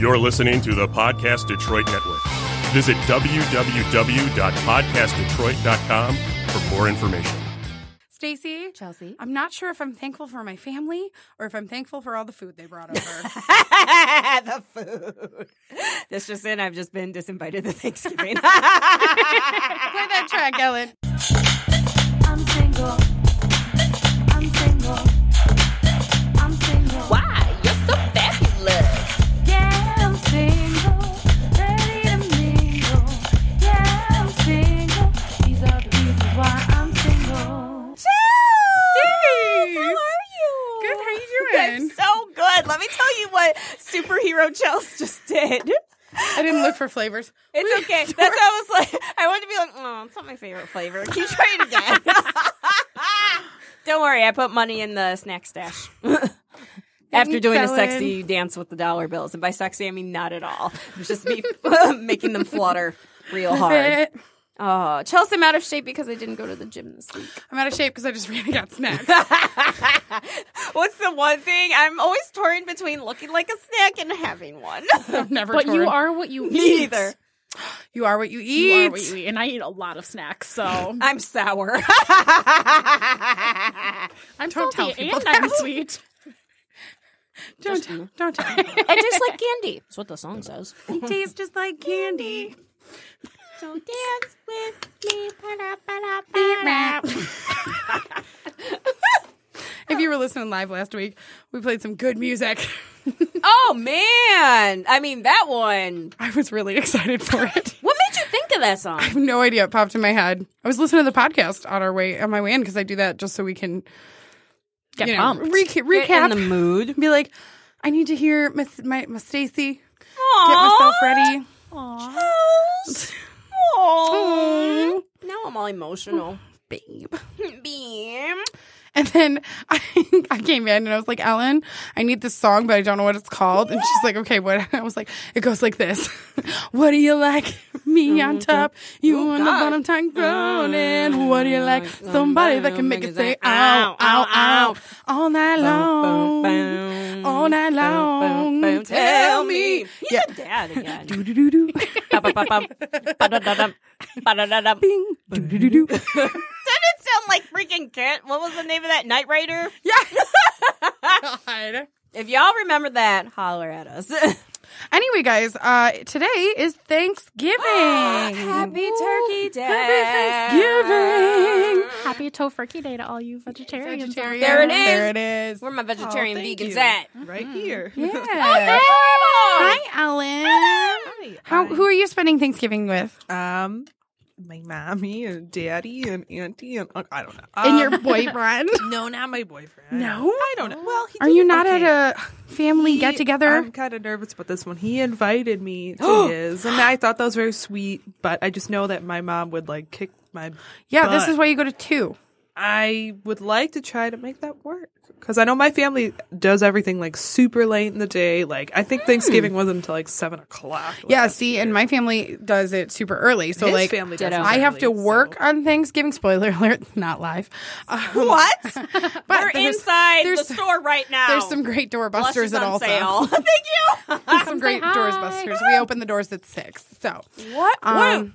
You're listening to the Podcast Detroit Network. Visit www.podcastdetroit.com for more information. Stacy, Chelsea. I'm not sure if I'm thankful for my family or if I'm thankful for all the food they brought over. the food. This just in, I've just been disinvited to Thanksgiving. Play that track, Ellen. I'm single. I'm single. I'm single. Why? You're so fabulous. Yeah, I'm single. Ready to mingle. Yeah, I'm single. These are the reasons why I'm single. How are you? Good, how you doing? I'm so good. Let me tell you what superhero Chels just did. I didn't look for flavors. It's okay. That's how I was like. I wanted to be like, oh, it's not my favorite flavor. Can you try it again? Don't worry, I put money in the snack stash. After Thanks, doing a Ellen. sexy dance with the dollar bills, and by sexy I mean not at all. It was just me making them flutter real hard. Fit. Oh, Chelsea, I'm out of shape because I didn't go to the gym this week. I'm out of shape because I just really got snacks. What's the one thing I'm always torn between looking like a snack and having one? I've never But you torn. are what you eat. Neither. You are what you eat. You are what you eat, and I eat a lot of snacks, so I'm sour. I'm Don't tell salty people and that. I'm sweet. Don't tell. Don't tell. I just like candy. That's what the song says. Tastes just like candy. So dance with me. If you were listening live last week, we played some good music. Oh man! I mean that one. I was really excited for it. What made you think of that song? I have no idea. It popped in my head. I was listening to the podcast on our way on my way in because I do that just so we can Get you know pumped. re- Get in recap the mood. be like, I need to hear Miss my, Miss Stacy get Aww. myself ready. Mm. Aww. Now I'm all emotional. Babe. Beam. And then I, I came in and I was like, Ellen, I need this song, but I don't know what it's called. And she's like, okay, what? I was like, it goes like this. what do you like? Me on top, you on the God. bottom, tongue groaning. What do you like? Mm-hmm. Somebody that can make it say, ow, ow, ow, all night Boom, long. boom. All night long. Boom, boom. Tell me. He's Yeah. your dad again. Do-do-do-do. Ba-ba-ba-bum. Ba-da-da-dum. Ba-da-da-dum. Didn't Do-do-do-do. it sound like freaking Kit? What was the name of that Night Rider? God. If y'all remember that, holler at us. Anyway, guys, uh, today is Thanksgiving. Happy Turkey Day. Thanksgiving. Happy Tofurkey Day to all you vegetarians. out Vegetarian. There it is. There it is. Where my vegetarian Oh, Oh, thank vegans you. at? right here. Mm-hmm. Yeah. Adorable. Oh, Hi, Ellen. How, who are you spending Thanksgiving with? Um, my mommy and daddy and auntie and uncle. I don't know. And your Um, boyfriend? No, not my boyfriend. No? I don't know. Well, he Are you didn't- not okay. at a family He- get together? I'm kind of nervous about this one. He invited me to his, and I thought that was very sweet. But I just know that my mom would like kick my. Yeah, this butt. is why you go to two. I would like to try to make that work because I know my family does everything like super late in the day. Like I Hmm. think Thanksgiving wasn't until like seven o'clock. Yeah, last see, year. and my family does it super early. So, His like, family does Ditto. it I have early, to so- work on Thanksgiving. Spoiler alert, not live. Um, What? but We're there's- inside there's- the store right now. There's some great doorbusters Blushes at on also. sale. Thank you. There's some great doorbusters. We open the doors at six. So What? um,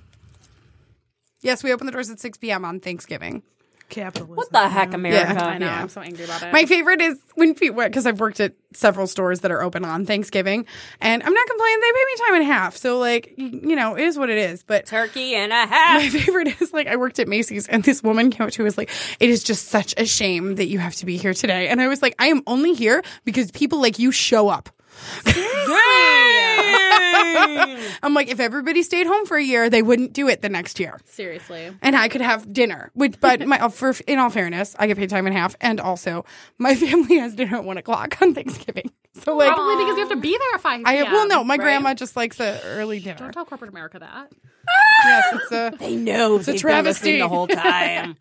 yes, we open the doors at six p.m. on Thanksgiving. capitalism. what the heck, America? I know. there. I'm so angry about it. My favorite is when people because I've worked at several stores that are open on Thanksgiving, and I'm not complaining. They pay me time and a half, so like y- you know, it is what it is. But Turkey and a my half. favorite is like I worked at Macy's, and this woman came up to me and was like, "It is just such a shame that you have to be here today." And I was like, "I am only here because people like you show up." I'm like, if everybody stayed home for a year, they wouldn't do it the next year. Seriously. and I could have dinner. Which, but my for in all fairness, I get paid time and a half, and also my family has dinner at one o'clock on Thanksgiving. So like, Probably because you have to be there at 5 I p.m. well, no, my grandma just likes the early dinner. Don't tell corporate America that. Yes, it's a They know. It's a travesty. the whole time.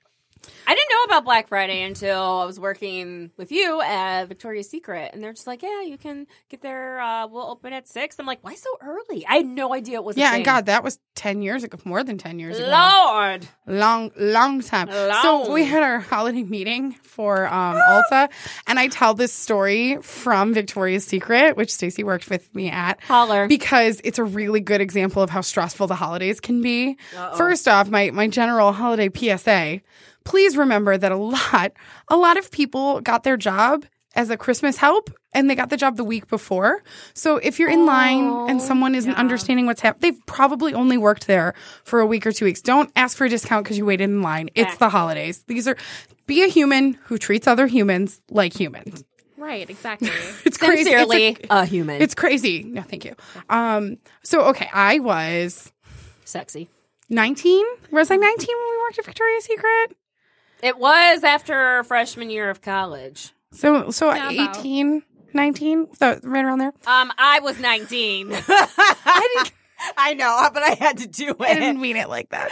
I didn't know about Black Friday until I was working with you at Victoria's Secret, and they're just like, "Yeah, you can get there. Uh, we'll open at 6. I'm like, "Why so early?" I had no idea it was. a Yeah, thing. and God, that was ten years ago, more than ten years ago. Lord, long long time so Long. we had our holiday meeting for um ulta and i tell this story from victoria's secret which stacy worked with me at holler. because it's a really good example of how stressful the holidays can be first off my my general holiday psa please remember that a lot a lot of people got their job as a christmas help and they got the job the week before so if you're in line and someone isn't understanding what's happening they've probably only worked there for a week or two weeks don't ask for a discount because you waited in line it's the holidays these are be a human who treats other humans like humans Right, exactly. it's crazy It's a- Sincerely, a, human. it's crazy. No, thank you. Um, so okay, I was sexy. 19. Was I 19 when we worked at Victoria's Secret? It was after freshman year of college. So so Yeah, about. 18, 19, so right around there. Um, I was 19. I didn't. I know, but I had to do I didn't mean it like that.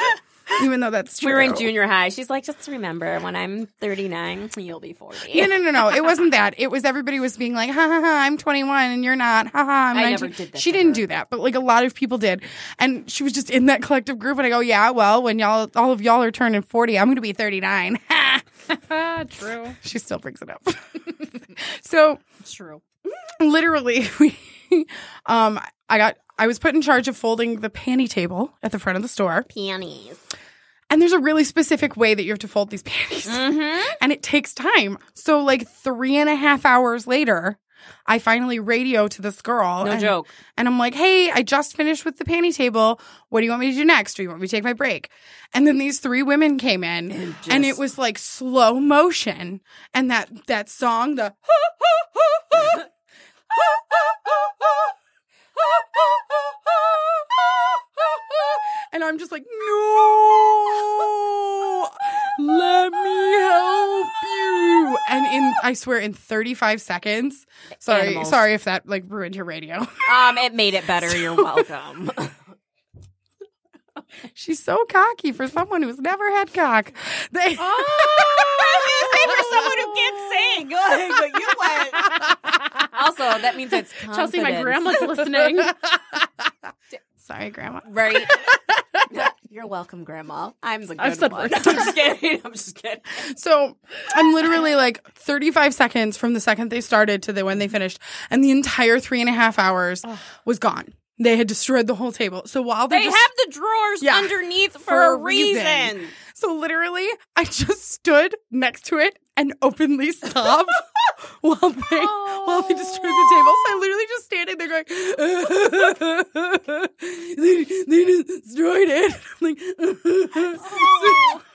Even though that's true. We were in junior high. She's like, just remember, when I'm 39, you'll be 40. No, no, no, no. It wasn't that. It was everybody was being like, ha ha ha, I'm 21 and you're not. Ha ha, I'm I 19. never did that she to didn't her. do that, but like a lot of people did. And she was just in that collective group. And I go, yeah, well, when y'all, all of y'all are turning 40, I'm going to be 39. Ha! Ah, true. She still brings it up. so True. literally we um i got i was put in charge of folding the panty table at the front of the store Panties. and there's a really specific way that you have to fold these panties Mm-hmm. and it takes time so like three and a half hours later i finally radio to this girl No and, joke. and i'm like hey i just finished with the panty table what do you want me to do next do you want me to take my break and then these three women came in and, it was like slow motion and that that song the And I'm just like, no, let me help you. And in, I swear, in 35 seconds. Sorry, Animals. sorry if that like ruined your radio. Um, it made it better. You're welcome. She's so cocky for someone who's never had cock. They- Oh, who can't sing, like, but you went. Also, that means it's Chelsea, my confidence. grandma's listening. Sorry, Grandma. Right. You're welcome, Grandma. I'm the good I've said one. worse. I'm just kidding. I'm just kidding. So I'm literally like 35 seconds from the second they started to the when they finished, and the entire three and a half hours was gone. They had destroyed the whole table. So while they're They just- have the drawers Yeah. underneath for, For a a reason. reason. So literally, I just stood next to it and openly sobbed while they while they destroyed the table. So I literally just standing there going, they, they destroyed it. like, so,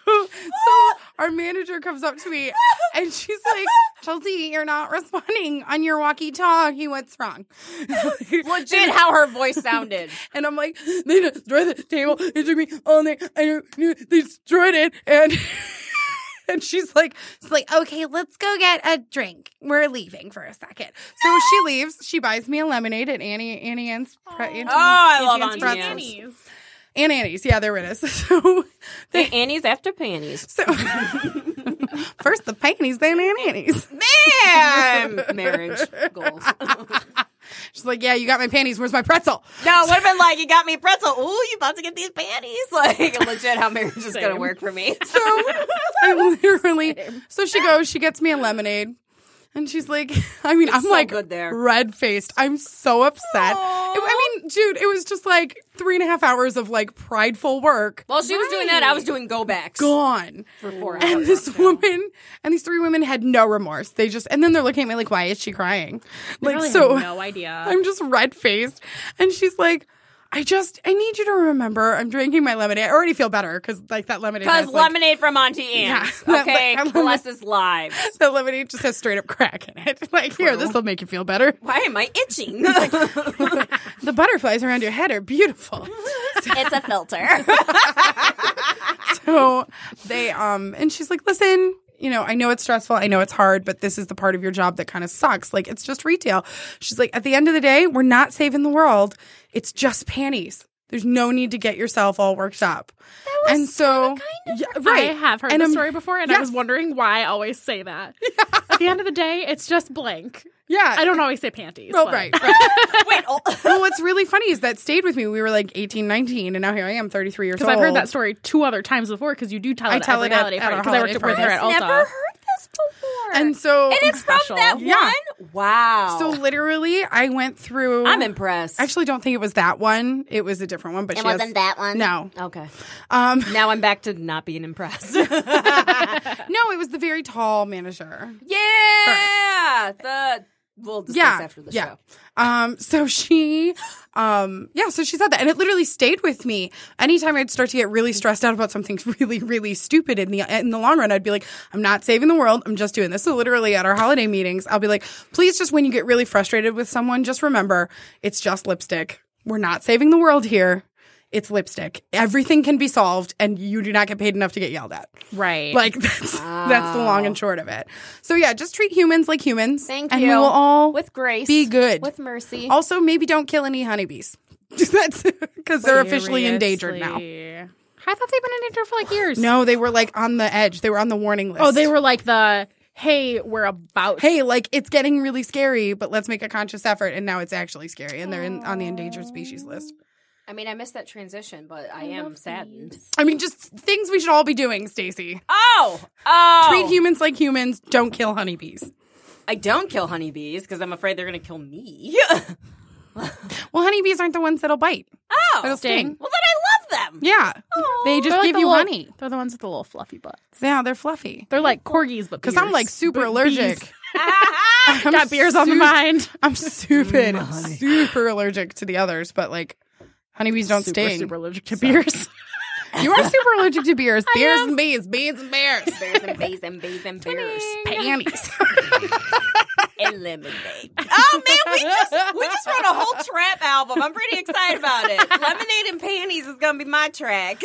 so our manager comes up to me and she's like, Chelsea, you're not responding on your walkie talkie. What's wrong? Legit how her voice sounded. And I'm like, they destroyed the table. It took me all night. I knew they destroyed it. And and she's like, it's like, okay, let's go get a drink. We're leaving for a second. So she leaves. She buys me a lemonade at Annie Annie Ann's. Pre- Auntie- Oh, I love Auntie Auntie Pretzels. Annie's. Aunt Annie's. Yeah, there it is. So Hey, Annie's after panties. so first the panties, then Aunt Annie's. Man! Marriage goals. She's like, yeah, you got my panties. Where's my pretzel? No, it would have been like, you got me pretzel. Ooh, you about to get these panties. Like, legit how marriage is going to work for me. So I literally. So she goes. She gets me a lemonade, and she's like, I mean, I'm so like good there. red faced. I'm so upset. It- I mean, dude, it was just like three and a half hours of like prideful work While she was doing that, I was doing go backs gone. for four And hours. this woman and these three women had no remorse. They just and then they're looking at me like, why is she crying? Like Really so. have no idea. I'm just red faced. And she's like, I just, I need you to remember I'm drinking my lemonade. I already feel better because, like, that lemonade. Because has, like, lemonade from Auntie Anne's. Yeah. Okay, Lemon- bless his lives. The lemonade just has straight up crack in it. Like, here, this will make you feel better. Why am I itching? The butterflies around your head are beautiful. it's a filter. So they, um, and she's like, listen, you know, I know it's stressful. I know it's hard, but this is the part of your job that kind of sucks. Like, it's just retail. She's like, at the end of the day, we're not saving the world. It's just panties. There's no need to get yourself all worked up. That was and so, Yeah, I right. have heard And the I'm- story before, and I was Yes. wondering why I always say that. At the end of the day, it's just blank. Yeah, I don't always say panties. Well, but- right. right. well, what's really funny is that stayed with me. We were like 18, 19, and now here I am, 33 years old. Because I've heard that story two other times before. Because you do tell it I tell every it at- holiday at party. our Because I worked holiday with her at parties. Alta. Never heard this before. And so, and it's from Special. that Yeah. one. Wow. so literally, I went through. I'm impressed. I actually don't think it was that one. It was a different one, but it she wasn't has, that one. No. Okay. Um, Now I'm back to not being impressed. no, it was the very tall manager. yeah. The we'll discuss yeah, after the yeah. show. Um, so she, um, yeah, so she said that, and it literally stayed with me. Anytime I'd start to get really stressed out about something really, really stupid in the in the long run, I'd be like, I'm not saving the world. I'm just doing this. So literally at our holiday meetings, I'll be like, please, just when you get really frustrated with someone, just remember it's just lipstick. We're not saving the world here. It's lipstick. Everything can be solved, and you do not get paid enough to get yelled at. Right. Like that's that's the long and short of it. So yeah, just treat humans like humans. Thank and you. we will all with grace. be good. With mercy. Also, maybe don't kill any honeybees. That's because they're officially endangered now. Seriously. I thought they've been endangered for like years. No, they were like on the edge. They were on the warning list. Oh, they were like the hey, we're about. Hey, like it's getting really scary, but let's make a conscious effort. And now it's actually scary, and they're in, on the endangered species list. I mean, I missed that transition, but I, am saddened. I mean, just things we should all be doing, Stacey. Oh, oh! Treat humans like humans. Don't kill honeybees. I don't kill honeybees because I'm afraid they're going to kill me. Well, honeybees aren't the ones that'll bite. oh, That'll sting. well then I love them. Yeah, they just They're like give the you little- honey. They're the ones with the little fluffy butts. Yeah, they're fluffy. They're like corgis, but Because I'm beers. like super But allergic. bees. i Got beers on the mind. I'm stupid, super allergic to the others, but like honeybees don't super, sting. super allergic to beers. You are super allergic to beers. Beers and bees, bees and bears. Bears and bees and bees and bears. Panties. Eliminate. Oh man, we just we just wrote a whole trap album. I'm pretty excited about it. Lemonade and panties is gonna be my track.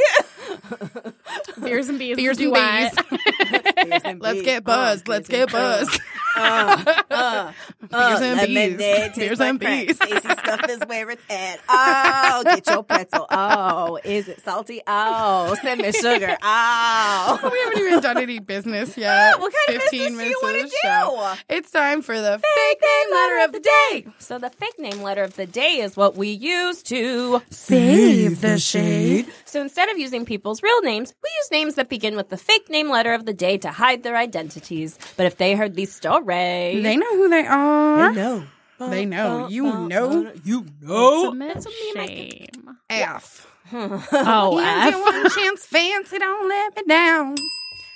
beers and bees. Beers and do I. bees. Let's get buzzed. Let's get buzzed. Beers and bees. Beers and bees. Stacy stuff is where it's at. Oh, get your pretzel. Oh, is it salty? Oh, send me sugar. Oh. We haven't even done any business yet. What kind of 15 business do minutes you wanna of the show. It's time for the fake name letter of the day. So the fake name letter of the day is what we use to save the shade. So instead of using people's real names, we use names that begin with the fake name letter of the day to hide their identities. But if they heard these stories, They know who they are. know. They know. You know. You know. That's a shame. F. Oh, Fancy F. one chance, fancy, don't let me down.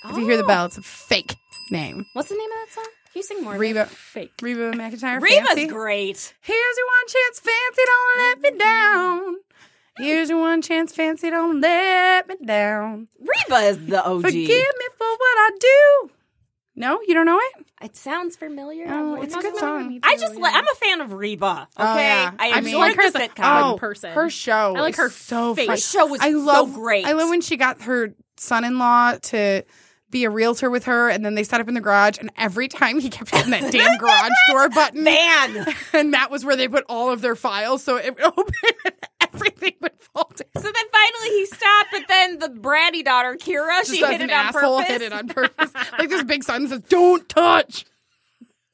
If you hear the bell, it's a fake name. What's the name of that song? Can you sing more? Reba, Fake. Reba McIntyre. Reba's fancy. great. Here's your one chance, fancy, don't let me down. Here's your one chance, fancy, don't let me down. Reba is the OG. Forgive me for what I do. No, you don't know it? It sounds familiar. Oh, it's a good song. I just li- I'm a fan of Reba. Okay, Oh, yeah. I, I enjoyed mean- Like her as the a- sitcom. Oh, person. Her show. I like is her so face. fun. Her show was I so love, great. I love when she got her son-in-law to be a realtor with her, and then they set up in the garage. And every time he kept hitting that damn garage door button, Man, and that was where they put all of their files, so it would open and everything would fall down. So then finally he stopped, but then the bratty daughter Kira, she Just hit an it on asshole purpose. hit it on purpose. like this big sign that says "Don't touch."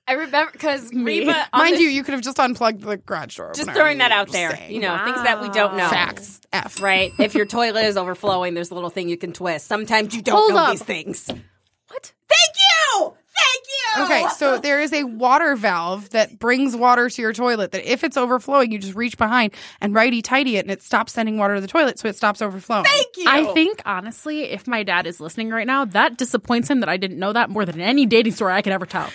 I remember because Reba, on Mind the- you, you could have just unplugged the garage door. just opener. throwing that I'm out just there, saying. you know, things that we don't know. facts. F Right? If your toilet is overflowing, there's a little thing you can twist. Sometimes you don't Hold know up. these things. What? Thank you. Thank you. Okay, so there is a water valve that brings water to your toilet. That if it's overflowing, you just reach behind and righty tighty it, and it stops sending water to the toilet, so it stops overflowing. Thank you. I think honestly, if my dad is listening right now, that disappoints him that I didn't know that more than any dating story I could ever tell.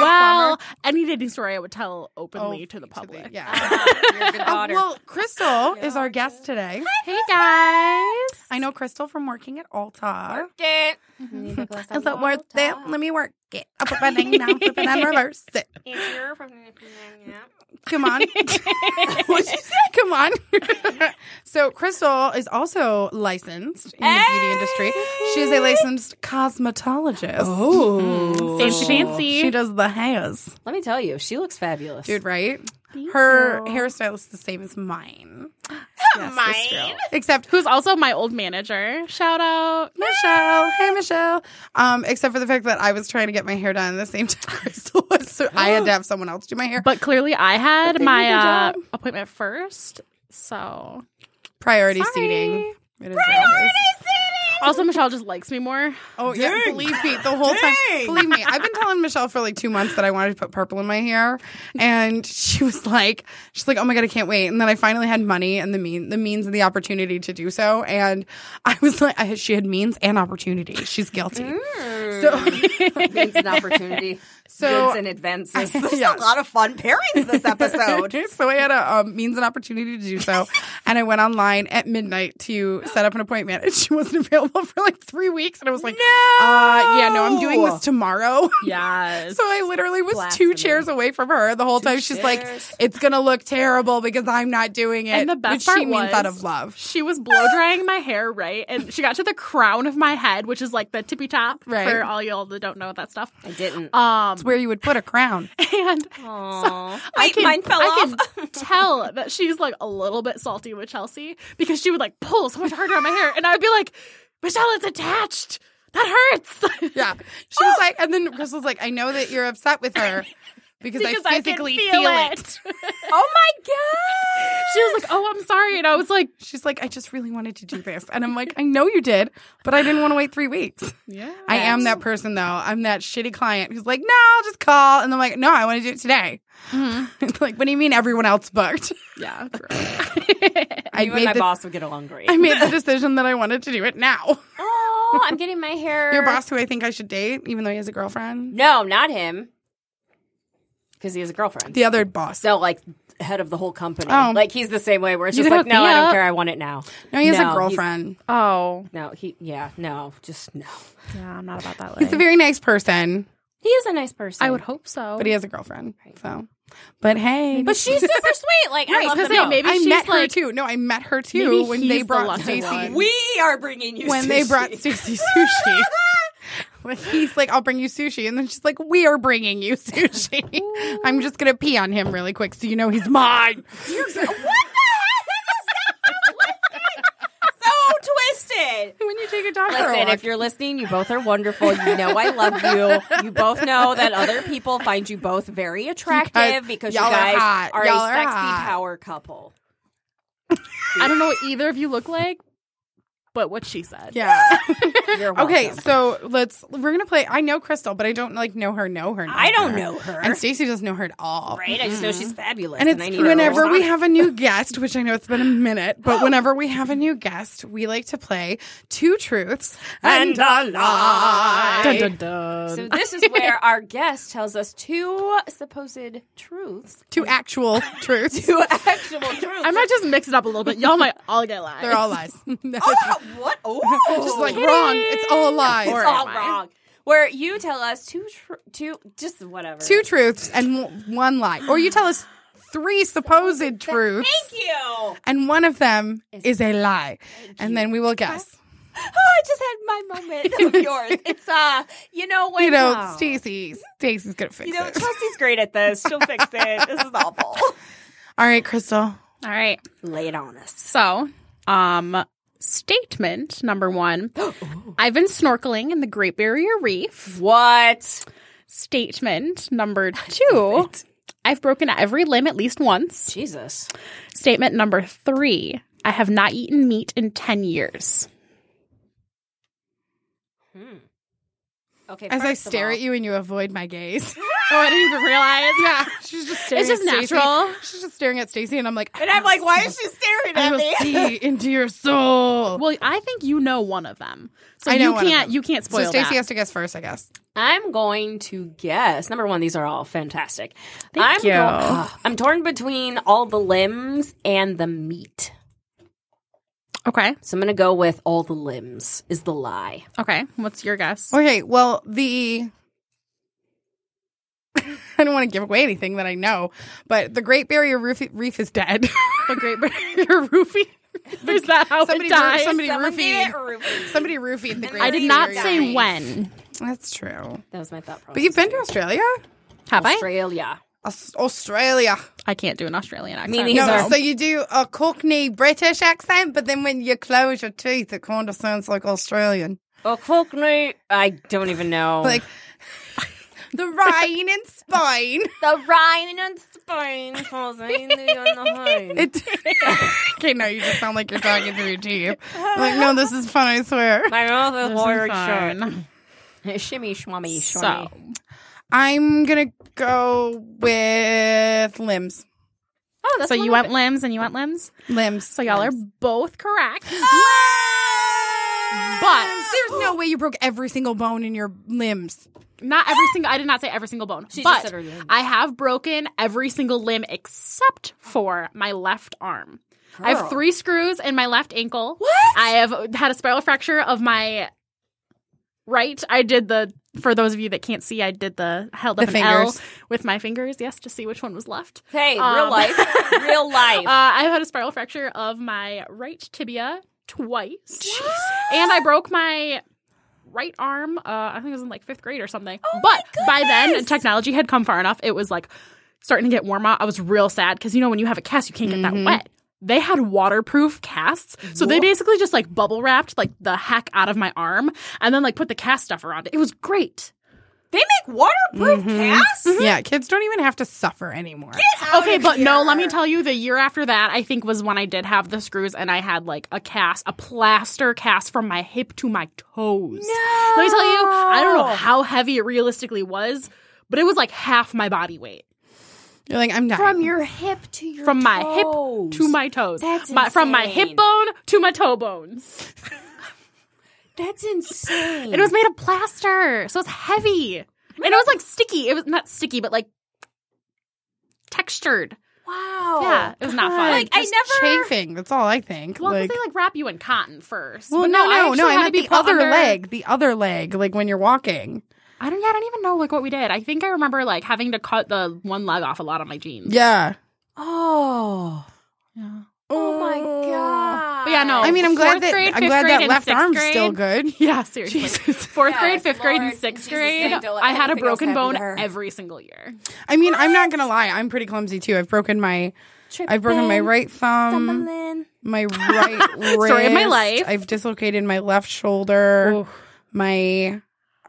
well, any dating story I would tell openly Oh, to the public. Yeah. Um, You're a good daughter. well, Crystal is our guest today. Hey guys. I know Crystal from working at Alta. Okay. Is it worth it? Let me work it. I'll put my thing down, flip it and reverse it. Come on. What'd you say? Come on. so Crystal is also licensed in the beauty industry. She is a licensed cosmetologist. Mm-hmm. Oh. Fancy fancy. She does the hairs. Let me tell you, she looks fabulous. Dude, right? Her hairstyle is the same as mine. not mine. Except Who's also my old manager. Shout out. Michelle. Hey, Michelle. Um, except for the fact that I was trying to get my hair done at the same time Crystal was, so I had to have someone else do my hair. But clearly, I had my uh, appointment first. So priority Sorry. seating. It is priority. also, Michelle just likes me more. Oh yeah, believe me, the whole time. Believe me, I've been telling Michelle for like two months that I wanted to put purple in my hair, and she was like, she's like, oh my god, I can't wait. And then I finally had money and the mean, the means and the opportunity to do so, and I was like, I, she had means and opportunity. She's guilty. It's an opportunity. So Goods and advances. There's Yeah. a lot of fun pairings this episode. so I had a um, means and opportunity to do so, and I went online at midnight to set up an appointment, and she wasn't available for like three weeks, and I was like, uh, yeah, no, I'm doing this tomorrow. Yes. So I literally was two Blasphemy. chairs away from her the whole time. She's like, chairs. "It's gonna look terrible because I'm not doing it." And the best which part she means out was- of love. she was blow drying my hair, right? And she got to the crown of my head, which is like the tippy top Right. for all y'all that don't know that stuff. I didn't. Um, It's where you would put a crown. and Aww. I Wait, can, mine fell I off. can tell that she's like a little bit salty with Chelsea because she would like pull so much harder on my hair, and I'd be like, Michelle, it's attached. That hurts. Yeah, she was like, and then Crystal's like, "I know that you're upset with her because, Because I I, physically can feel, it. oh my god! she was like, "Oh, I'm sorry," and I was like, She's like, "I just really wanted to do this," and I'm like, "I know you did, but I didn't want to wait three weeks." "Yeah." I am that person though. I'm that shitty client who's like, "No, I'll just call," and I'm like, "No, I want to do it today." Mm-hmm. It's like, what do you mean everyone else booked? Yeah, I You and my the boss would get along great. I made the decision that I wanted to do it now. oh, I'm getting my hair. Your boss, who I think I should date, even though he has a girlfriend. No, not him. Because he has a girlfriend. The other boss. so, like, head of the whole company. Oh. Like, he's the same way where it's You just can like, hook no, me I don't up. care. I want it now. No, he has No, a he's- girlfriend. He's, Oh, No, he, yeah, no, just no. yeah, I'm not about that. a very nice person, He is a nice person. I would hope so. but he has a girlfriend. So, but hey, But she's super sweet. Like, I love them because they both. maybe I she's met her like- too. No, I met her too Maybe when he's they the brought lucky Stacey. one. We are bringing you When they sushi. brought Stacey sushi. When He's like, I'll bring you sushi. And then she's like, We are bringing you sushi. I'm just going to pee on him really quick so you know he's mine. so twisted. When you take a dog for a Listen, walk. if you're listening, you both are wonderful. You know I love you. You both know that other people find you both very attractive because you y'all are guys hot. are, Y'all a are sexy hot. power couple. I don't know what either of you look like, but what she said. yeah. You're welcome. Okay, so let's we're gonna play. I know Crystal, but I don't like know her. Know her. Know I don't her. know her. And Stacey doesn't know her at all. right? I just know she's fabulous. And it's I need her to Oh. whenever respond. we have a new guest, which I know it's been a minute, but whenever we have a new guest, we like to play two truths and, a lie. Dun, dun, dun. So this is where our guest tells us two supposed truths. Two actual truths. Two actual truths. I might just mix it up a little bit. Y'all might all get lies. They're all lies. No, oh, what? Oh, just like wrong. It's all lies. it's all wrong. Where you tell us two, tr- two, just whatever. Two truths and w- one lie, or you tell us three supposed truths, Thank you. and one of them is a lie, and then we will guess. Oh, I just had my moment of yours. It's uh, you know when You know, uh, Stacey, Stacey's gonna fix You know, it. Chelsea's great at this. She'll fix it. This is awful. All right, Crystal. All right. Lay it on us. So, um, statement number one I've been snorkeling in the Great Barrier Reef. What? Statement number two I've broken every limb at least once. Jesus. Statement number three I have not eaten meat in 10 years. Okay. As I first of stare all- at you and you avoid my gaze. Oh, I didn't even realize. yeah, she's just staring. It's just at Stacey. natural. She's just staring at Stacey, and I'm like, and I'm like, why is she staring I at will me? see into your soul. Well, I think you know one of them. So I know you one of can't them. you can't so spoil Stacey that. has to guess first, I guess. I'm going to guess. Number one, these are all fantastic. I'm you. go- I'm torn between all the limbs and the meat. okay. So I'm going to go with all the limbs is the lie. Okay. What's your guess? Okay, well, the. I don't want to give away anything that I know, but the Great Barrier Reef, reef is dead. the Great Barrier Roofie. Is that how Somebody it dies? somebody roofied. Ruby. Somebody roofied the Great I did Barrier not Reef. say when. That's true. That was my thought process. But you've been to Australia? Have I? Australia. Aus- Australia. I can't do an Australian accent. Me neither. No, So- so you do a Cockney British accent, but then when you close your teeth, it kind of sounds like Australian. Well, Cockney, Oh, I don't even know. Like the Rhine and Spine. the Rhine and Spain falls in the Rhine. It, okay, now you just sound like you're talking through your teeth. I'm like, no, this is fun, I swear. My mouth is This is very fun. short. Shimmy, shwammy, So, shwammy. I'm gonna go with limbs. oh, that's so one you of went it. limbs and you went limbs. Limbs. So y'all are both correct. But But- there's no way you broke every single bone in your limbs. Not every single. I did not say every single bone, She just but said her limbs. I have broken every single limb except for my left arm. I have three screws in my left ankle. What? I have had a spiral fracture of my right. I did the. For those of you that can't see, I did the held The up an L fingers. with my fingers. Yes, to see which one was left. Hey, Um, real life. Real life. Uh, I had a spiral fracture of my right tibia twice, and I broke my right arm. Uh, I think it was in like fifth grade or something. but by then, technology had come far enough. It was like starting to get warm out. I was real sad because you know when you have a cast, you can't get that wet. They had waterproof casts, so they basically just like bubble wrapped like the heck out of my arm, and then like put the cast stuff around it. It was great. they make waterproof casts? Yeah, kids don't even have to suffer anymore. Okay, but no, let me tell you, the year after that, I think was when I did have the screws and I had like a cast, a plaster cast from my hip to my toes. Let me tell you, I don't know how heavy it realistically was, but it was like half my body weight. You're like, I'm dying. From your hip to your From my toes. hip to my toes. That's My- from my insane. hip bone to my toe bones. That's insane. It was made of plaster, so it's heavy. And it was like sticky. It was not sticky, but like textured. wow. yeah, it was not fun. Like, I Just never- chafing. That's all I think. Well, 'cause like, they like wrap you in cotton first. well, But no, I no, no. actually I had meant to be the other under- leg. The other leg, like when you're walking. I don't. Yeah, I don't even know like what we did. I think I remember like having to cut the one leg off a lot on my jeans. Yeah. Oh. Yeah. Oh my god. But yeah, no. I mean, I'm glad Fourth that grade, I'm fifth glad grade, that and left sixth arm's grade. still good. Yeah, seriously. Fourth grade, Yes, fifth grade, and Lord. sixth Jesus' grade. name, don't let I had a anything else broken happen bone to her. every single year. I mean, I'm not gonna lie. I'm pretty clumsy too. I've broken my, I've broken my right thumb, Stumbling. my right wrist. Story of my life. I've dislocated my left shoulder. Oof. my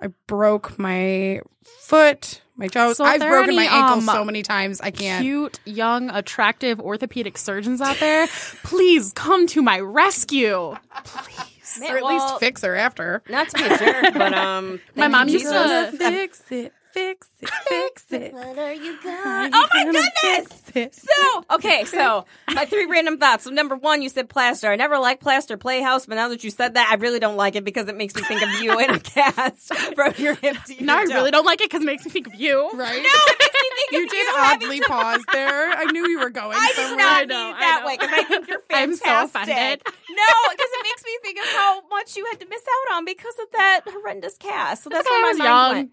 I broke my foot, my toes. So are I've there broken my any, ankle um, so many times I can't. Cute, young, attractive orthopedic surgeons out there, please come to my rescue. or at least Well, fix her after. Not to be a jerk, but um, My mom used to. Fix it, fix it, fix it. Oh my goodness! So okay, so my three random thoughts. So number one, you said plaster. I never liked plaster playhouse, but now that you said that, I really don't like it because it makes me think of you in a cast from your hip to your Now I toe. really don't like it because it makes me think of you. Right? No, it makes me think you of did you having oddly pause there. I knew you were going I did somewhere. not I mean know, it I that know. way because I think you're I'm fantastic. so offended. No, because it makes me think of how much you had to miss out on because of that horrendous cast. So that's okay, where my I was mind young. went.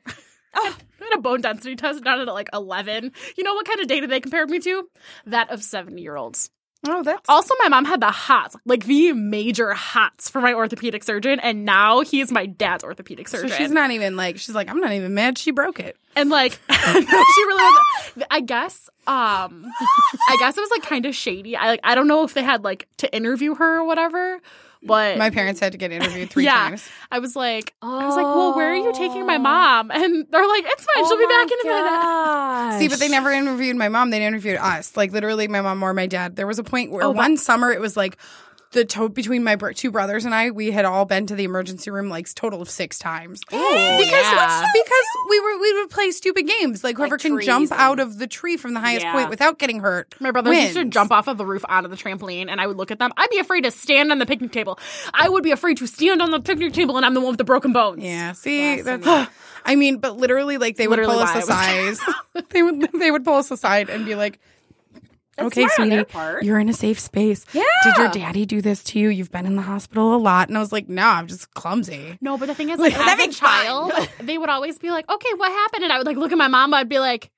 Oh. I had a bone density test done at like 11. You know what kind of data they compared me to? That of 70 year olds. Oh, that's Also, my mom had the hots, like the major hots for my orthopedic surgeon, and now he is my dad's orthopedic so surgeon. she's not even like she's like I'm not even mad she broke it. and like she really was, I guess um I guess it was like kind of shady. I like I don't know if they had like to interview her or whatever, but My parents had to get interviewed three times. Oh. I was like, I was like, well, where are you taking my mom? And they're like, it's fine, "Oh she'll be back in a minute. minute. See, but they never interviewed my mom. They interviewed us. Like literally, my mom or my dad. There was a point where Oh, one summer it was like the to- between my bro- two brothers and I, we had all been to the emergency room like total of six times. because yeah. because we were we would play stupid games like whoever can trees jump and- out of the tree from the highest Yeah. point without getting hurt. My brothers used to wins. jump off of the roof onto the trampoline, and I would look at them. I'd be afraid to stand on the picnic table. I would be afraid to stand on the picnic table, and I'm the one with the broken bones. Yeah, see, that's. I mean, but literally, like they would pull Literally us why I aside. they would they would pull us aside and be like. okay, smart on their sweetie, part." you're in a safe space. Yeah. Did your daddy do this to you? You've been in the hospital a lot. And I was like, no, I'm just clumsy. No, but the thing is, like, as a having fun. child, they would always be like, "Okay, what happened?" And I would like look at my mom. I'd be like,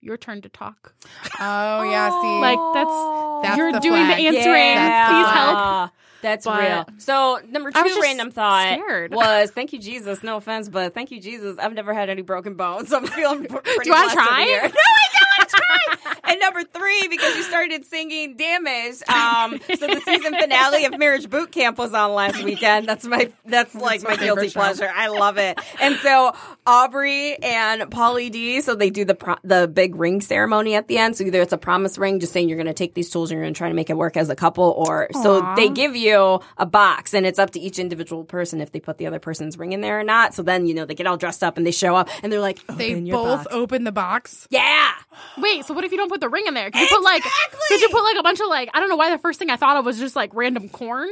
"Your turn to talk." Oh, yeah, see. Like that's That's You're the doing flag. the answering. That's the Please help. help. That's But- real. So number I was two just random thought scared. was thank you Jesus. No offense, but thank you Jesus. I've never had any broken bones. So I'm feeling pr- pretty you wanna blessed over try? here. No, I don't want to try. And number three, because you started singing "Damaged," um, so the season finale of Marriage Boot Camp was on last weekend. That's my that's like my guilty pleasure. I love it. And so Aubrey and Polly D, so they do the pro- the big ring ceremony at the end. So either it's a promise ring, just saying you're going to take these tools and you're going to try to make it work as a couple, or so they give you a box, and it's up to each individual person if they put the other person's ring in there or not. So then you know they get all dressed up and they show up and they're like, They "Open your both box." open the box. yeah. Wait, so what if you don't put the ring in there? Could you put like could you put like a bunch of like I don't know why the first thing I thought of was just like random corn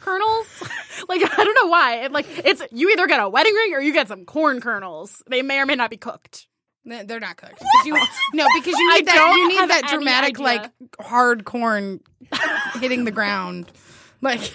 kernels? like I don't know why. It, like it's you either get a wedding ring or you get some corn kernels. They may or may not be cooked. Th- They're not cooked. 'Cause You, no, because you I need that. don't You need have that any dramatic, idea. like hard corn hitting the ground, like.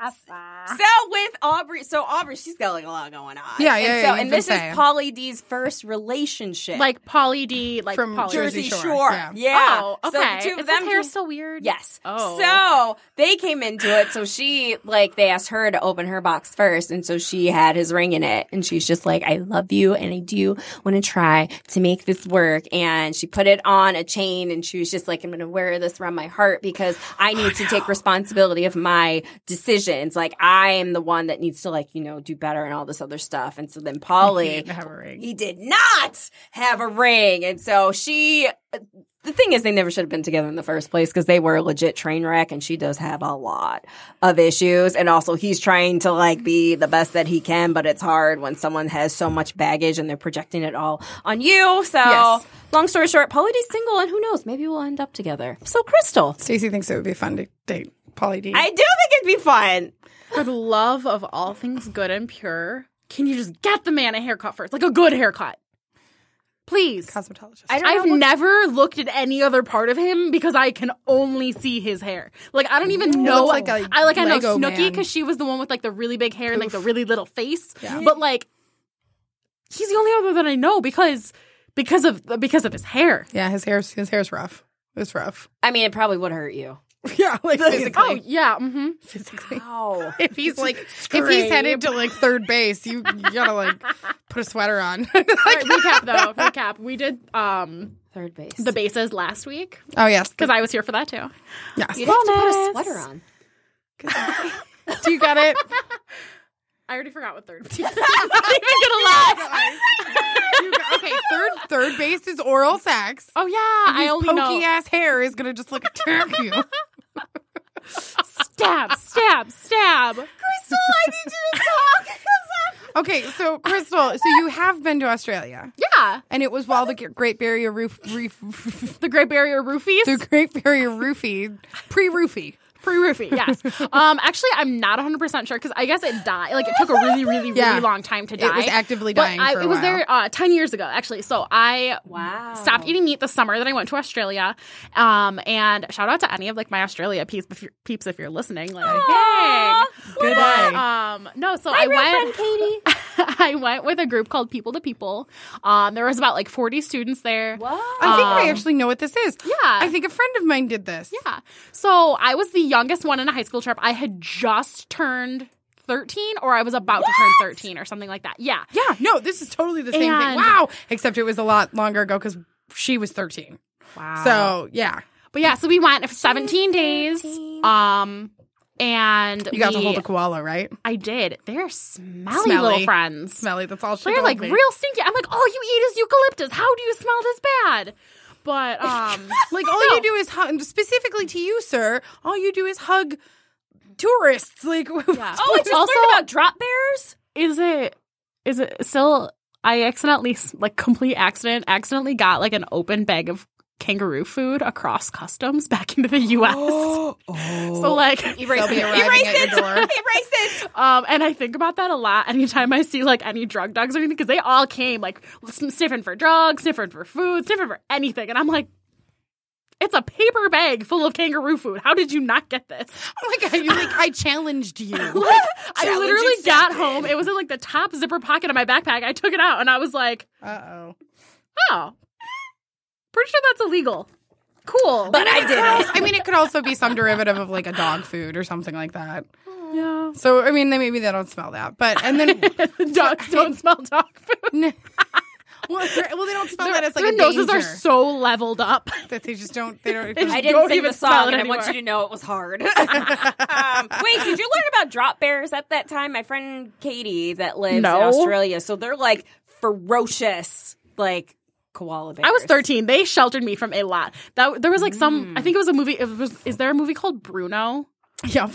So with Aubrey, so Aubrey, she's got like a lot going on. Yeah, yeah, and So yeah, you've and been this saying. is Polly D's first relationship, Like Polly D, like From Polly. Jersey Jersey Shore, Shore. yeah. Yeah. Oh, So okay. the two of Is them his hair do- still weird? Yes. Oh. So they came into it. So she, like, they asked her to open her box first. And so she had his ring in it. And she's just like, I love you. And I do want to try to make this work. And she put it on a chain. And she was just like, I'm going to wear this around my heart because I need to take responsibility of my decisions. Like, I am the one that needs to, like, you know, do better and all this other stuff. And so then Polly, Have a ring. he did not have a ring. And so she, the thing is, they never should have been together in the first place because they were a legit train wreck and she does have a lot of issues. And also, he's trying to like be the best that he can, but it's hard when someone has so much baggage and they're projecting it all on you. So, Yes. long story short, Polydy's single and who knows, maybe we'll end up together. So, Crystal. Stacey thinks it would be fun to date Polly D. I do think it'd be fun. For the love of all things good and pure, can you just get the man a haircut first? Like a good haircut. Please. Cosmetologist. I don't I've know. what- never looked at any other part of him because I can only see his hair. Like I don't even know. looks like a I like I know Lego Snooki man. because she was the one with like the really big hair and like the really little face. Yeah. But like, he's the only other that I know because because of because of his hair. yeah, his hair's his hair's rough. It's rough. I mean, it probably would hurt you. Yeah, like physically. Oh yeah. hmm physically. Oh. If he's like, if he's headed to like third base, you, you gotta like put a sweater on. All right, recap though. recap. We did um Third base. the bases last week oh yes, because I was here for that too. yes. You'd have to put a sweater on. Do you got it? I already forgot what third. I'm not even gonna lie. You got- okay, third third base is oral sex. Oh yeah, I His only pokey know. ass hair is gonna just like attack you. stab, stab, stab. Okay, so Crystal, so you have been to Australia, Yeah, and it was while the Great Barrier Reef, reef the Great Barrier roofies, the Great Barrier Roofie, pre-roofie. pre-roofie. Yes. um, actually, I'm not 100 percent sure because I guess it died. Like it took a really, really, Yeah. really long time to It die. was actively But dying I, for a it was while. there uh, 10 years ago, actually. So I Wow. stopped eating meat this summer. Then I went to Australia. Um, and shout out to any of like my Australia peeps if you're, peeps if you're listening. Like, hey. Good But, day. um, no, so I went. I went with a group called People to People. Um, there was about like 40 students there. I think I Um, actually know what this is. Yeah. I think a friend of mine did this. Yeah. So I was the youngest one in a high school trip. I had just turned 13 or I was about to turn 13 or something like that. Yeah. Yeah, no, this is totally the same thing. And- Wow. Except it was a lot longer ago because she was 13. Wow. So, yeah. but yeah, so we went for 17 days. Um and You got we, to hold a koala, right? I did. They're smelly, Smelly. little friends. Smelly, that's all she They're told like me. real stinky. I'm like, all you eat is eucalyptus. How do you smell this bad? But um Like, all you do is hug, specifically to you, sir, all you do is hug tourists. Like, Oh, I just Also- learned about drop bears. is it is it still i accidentally like complete accident accidentally got like an open bag of kangaroo food across customs back into the us Oh. Oh, so like they'll Oh, be arriving at your door. Erase it. um and i think about that a lot anytime i see like any drug dogs or anything because they all came like sn- sniffing for drugs sniffing for food sniffing for anything and i'm like it's a paper bag full of kangaroo food. How did you not get this? Oh my God, you're like, I challenged you. Like, I literally got home. It was in like the top zipper pocket of my backpack. I took it out and I was like, Uh oh. oh, Pretty sure that's illegal. Cool. But I did it. I mean, it could also be some derivative of like a dog food or something like that. Yeah. So I mean, they maybe they don't smell that, but and then Dogs don't smell dog food. well, they're- well, they don't smell that as like Their a noses are danger, so leveled up. that they just don't. They don't. I don't didn't sing even the spell song, it and I want you anymore. to know it was hard. um, wait, did you learn about drop bears at that time? My friend Katie, that lives in No. Australia, so they're like ferocious, like koala bears. I was 13. They sheltered me from a lot. That there was like some. Mm. I think it was a movie. It was. Is there a movie called Bruno? Yep.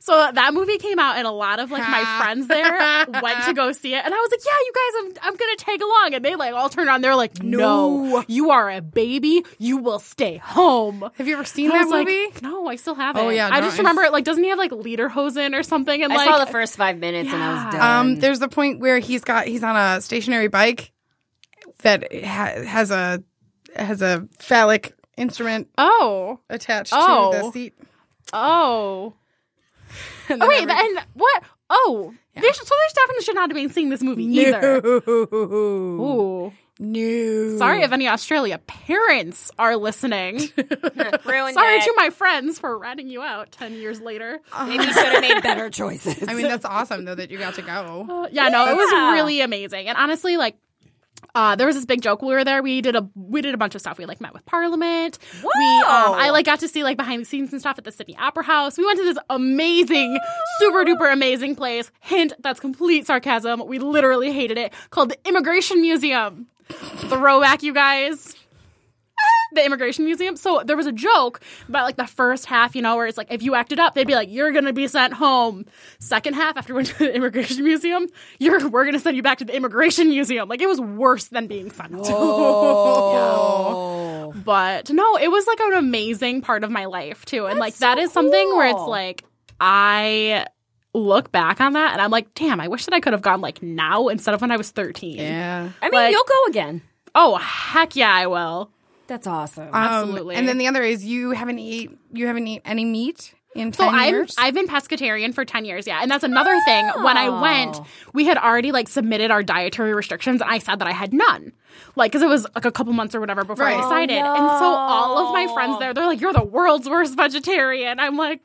So that movie came out, and a lot of like my friends there went to go see it, and I was like, "Yeah, you guys, I'm I'm gonna tag along." And they like all turned on. They're like, "No, you are a baby. You will stay home." Have you ever seen I that was like, movie? "No, I still have it." Oh, yeah, I no, just I- remember it. Like, doesn't he have like lederhosen or something? And I like, saw the first five minutes, and I was done. Um, there's the point where he's got he's on a stationary bike that ha- has a has a phallic instrument oh, attached to Oh. the seat. oh, And then oh, wait, every- and what? Oh, they should, so they definitely should not have been seeing this movie either. No. Ooh. No. Sorry if any Australia parents are listening. Ruined Um, Sorry it. to my friends for ratting you out 10 years later. Maybe you should have made better choices. I mean, that's awesome though that you got to go. Uh, yeah, no, it was Yeah. really amazing. And honestly, like, uh, there was this big joke. when We were there. We did a we did a bunch of stuff. We like met with Parliament. We um, Whoa. I like got to see like behind the scenes and stuff at the Sydney Opera House. We went to this amazing, super duper amazing place. Hint that's complete sarcasm. We literally hated it. Called the Immigration Museum. Throwback, you guys. the immigration museum. So there was a joke about like the first half, you know, where it's like if you acted up, they'd be like, "You're gonna be sent home." Second half, after we went to the immigration museum, you're we're gonna send you back to the immigration museum. Like it was worse than being sent. oh. But no, it was like an amazing part of my life too, and like that is something where it's cool. like I look back on that and I'm like, damn, I wish that I could have gone like now instead of when I was 13. Yeah. I mean, Like- you'll go again. Oh heck yeah, I will. That's awesome. Absolutely. And then the other is you haven't eat you haven't eat any meat in So ten I'm years. I've been pescatarian for ten years, yeah, and that's another thing. When I Oh. went, we had already like submitted our dietary restrictions, and I said that I had none, like because it was like a couple months or whatever before I Right. Oh, decided. And so all of my friends there, they're like, "You're the world's worst vegetarian." I'm like,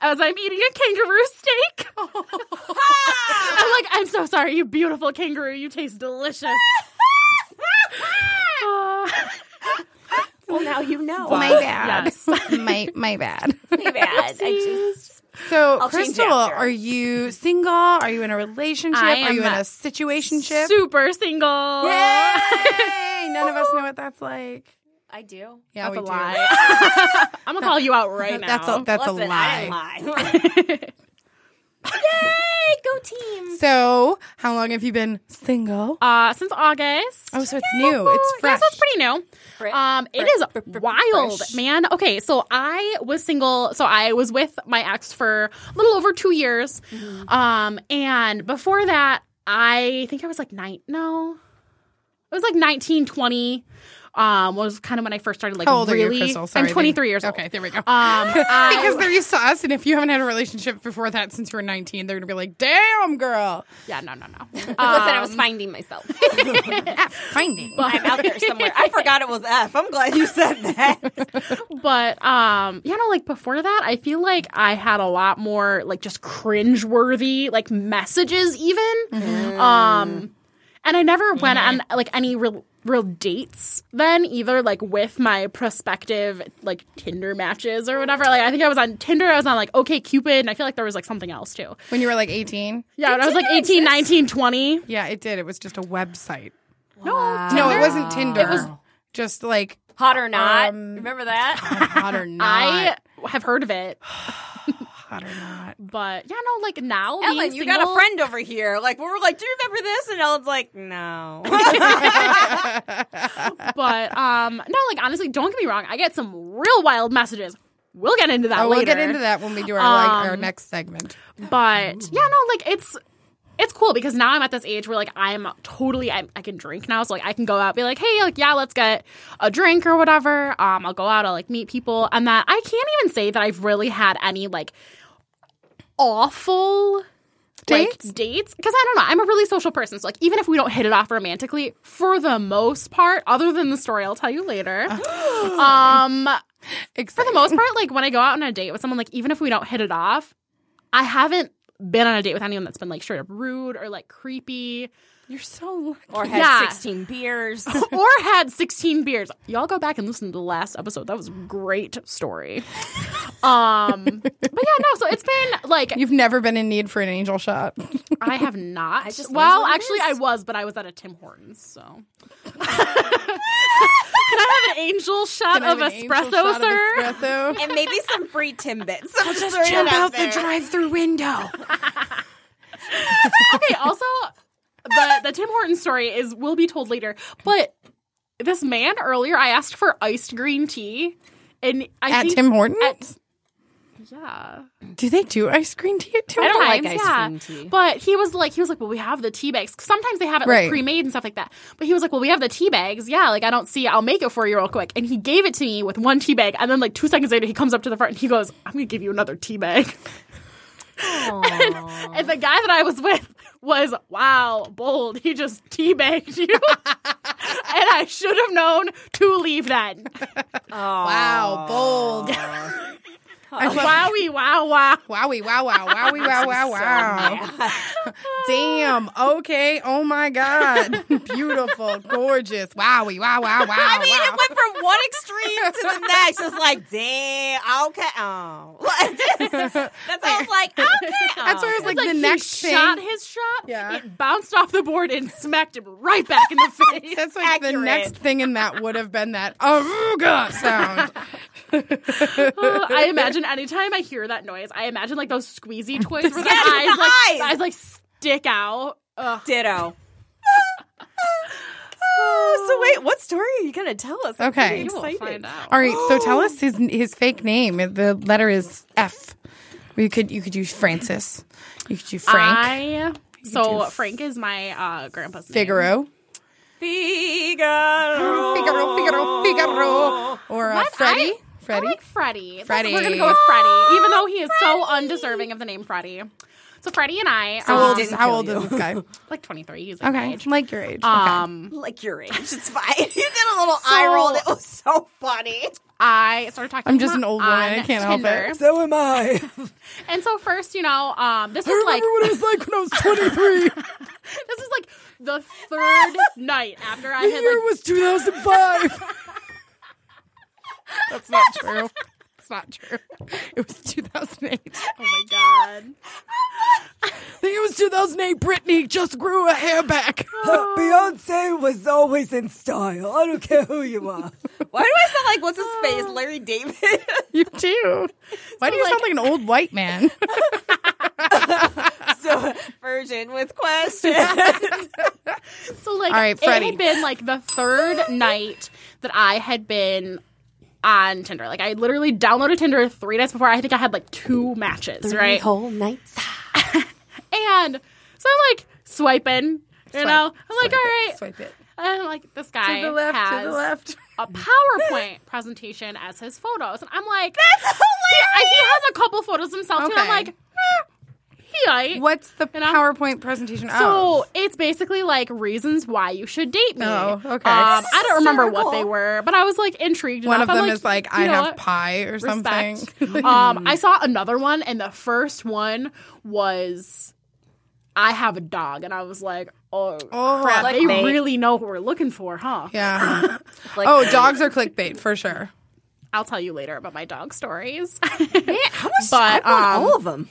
as I'm eating a kangaroo steak, I'm like, "I'm so sorry, you beautiful kangaroo. You taste delicious." Uh, well, now you know. my bad. yes. my my bad. Too bad. I just So I'll change Crystal, after. are you single? Are you in a relationship? I Are you in am a situationship? super single. Yay! None of us know what that's like. I do. Yeah, That's we a do. lie. I'm gonna call you out right now. That's a that's Listen, a lie. I didn't lie. Yay, go team. So, how long have you been single? uh, since August. Oh, so it's new. It's Yeah, fresh. so it's pretty new. Fresh, Um, it fresh, is fr- fr- wild, fresh. man. Okay, so I was single. So I was with my ex for a little over two years. Mm-hmm. Um, and before that, I think I was like nine. No, it was like 19, 20. Um, was kind of when I first started like How old are really. you, Crystal? Sorry, I'm 23 years old. Okay, there we go. Um, I, because they're used to us, and if you haven't had a relationship before that since you were 19, they're gonna be like, "Damn, girl, yeah, no, no, no. Listen, I was finding myself. finding." I'm out there somewhere. I forgot it was F. I'm glad you said that. but um you know like before that i feel like i had a lot more like just cringeworthy like messages even Mm-hmm. um and i never went on like any real real dates then either like with my prospective like tinder matches or whatever like i think i was on tinder i was on like okay cupid and i feel like there was like something else too when you were like 18, yeah when i was like 18 19 20 yeah, it did. It was just a website. no No, it wasn't Tinder. It Ah. was- was just like Hot or not? Um, Remember that? hot or not, i have heard of it hot or not. but yeah no like now being Ellen, you got a single- friend over here. Like we were like, do you remember this? And Ellen's like, no. but um no like honestly don't get me wrong i get some real wild messages we'll get into that Oh, later we'll Um, get into that when we do our like our next segment. but yeah no like it's it's cool because now I'm at this age where like I'm totally I, I can drink now, so like I can go out and be like, hey, like yeah, let's get a drink or whatever. Um, I'll go out, I'll like meet people, and that I can't even say that I've really had any like awful Dates? like dates because I don't know. I'm a really social person, so like even if we don't hit it off romantically, for the most part, other than the story I'll tell you later, um, for the most part, like when I go out on a date with someone, like even if we don't hit it off, I haven't been on a date with anyone that's been like straight up rude or like creepy You're so Or had Yeah. 16 beers. or had 16 beers. Y'all go back and listen to the last episode. That was a great story. Um, but yeah, no. So it's been like You've never been in need for an angel shot. I have not. just knows well, what it actually, I is. was, but I was at a Tim Hortons. So, can I have an angel shot Can I of have an angel espresso, shot of sir? espresso? and maybe some free Timbits. Jump out the drive-through window. okay. Also, the the Tim Hortons story is will be told later. But this man earlier, I asked for iced green tea, and I At think, Tim Hortons? yeah. do they do ice cream tea at Tim I Hortons? don't like like ice yeah. cream tea. But he was like, he was like, well, we have the tea bags. 'Cause Sometimes they have it Right. like pre-made and stuff like that. But he was like, well, we have the tea bags. Yeah, like I don't see. I'll make it for you real quick. And he gave it to me with one tea bag. And then like two seconds later, he comes up to the front and he goes, I'm gonna give you another tea bag. and, and the guy that I was with was wow bold. He just teabagged you. And I should have known to leave then. Wow, bold. Wowie, wow, wow. Wowie, wow, wow, wowie, wow, wow, wow. Damn. Okay. Oh my God. Beautiful. Gorgeous. Wowie, wow, wow, wow. I mean, wow. it went from one extreme to the next. It's like, damn, okay. Oh. That's all it's like, okay. That's where it's like, the he next thing. shot his shot. Yeah. It bounced off the board and smacked him right back in the face. That's like the accurate. next thing in that would have been that aruga sound. Uh, I imagine anytime I hear that noise, I imagine like those squeezy toys where the, Yes, eyes, the like, eyes! the eyes like stick out. Ugh. Ditto. oh, so wait, what story are you gonna tell us? I'm Okay. pretty You will excited. find out. All right, so tell us his his fake name. The letter is F. You could you could use Francis. You could do Frank. I so do- Frank is my uh, grandpa's name. Figaro. Figaro. Figaro, Figaro, Figaro. Or uh, But Freddie. I, Freddie. I like Freddie. That's- Freddie. We're gonna go with Freddie, even though he is so undeserving of the name Freddie. So Freddie and I, how um, old is how old is this guy? like twenty three. He's like my Okay, age. like your age. okay. Um, Like your age, it's fine. You did a little eye roll. That was so funny. I started talking. I'm to just him an old on woman. I can't help it. Tinder. So am I. And so first, you know, um, this was like it was like when I was 23. this is like the third night after I had like was 2005. That's not true. It's not true. It was 2008. oh my god. I think it was 2008. Brittany just grew a hair back. Beyonce was always in style. I don't care who you are. Why do I sound like what's his face, Larry David? You too. Why do you sound like an old white man? so virgin uh, with questions. So like All right, it Freddie. had been like the third night that I had been on Tinder. Like I literally downloaded Tinder three nights before. I think I had like two matches, right? Whole nights. And so I'm like swiping, you know. I'm like, all right. Swipe it. And I'm like, this guy has a PowerPoint presentation as his photos, and I'm like, that's hilarious. He, he has a couple photos himself, too. and I'm Okay. like, eh, he aight. What's the You know? PowerPoint presentation Oh. So of? it's basically like reasons why you should date me. Oh, okay. Um, I don't remember what they were, but I was like intrigued. One enough. of them I'm is like, you I know have what? pie or Respect. something. um, I saw another one, and the first one was, I have a dog, and I was like, oh, Oh, crap, they clickbait. really know what we're looking for, huh? yeah. Like, oh, dogs are clickbait for sure. I'll tell you later about my dog stories. How much? I But, want um, all of them.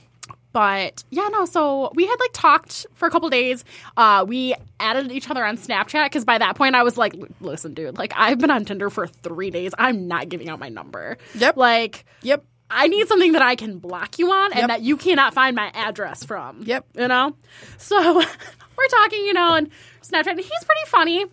but yeah, no. So we had like talked for a couple days. Uh, we added each other on Snapchat because by that point I was like, "L- listen, dude, like I've been on Tinder for three days. I'm not giving out my number. Yep. Like, Yep. I need something that I can block you on and Yep. that you cannot find my address from. Yep. You know? So we're talking, you know, and Snapchat, and he's pretty funny.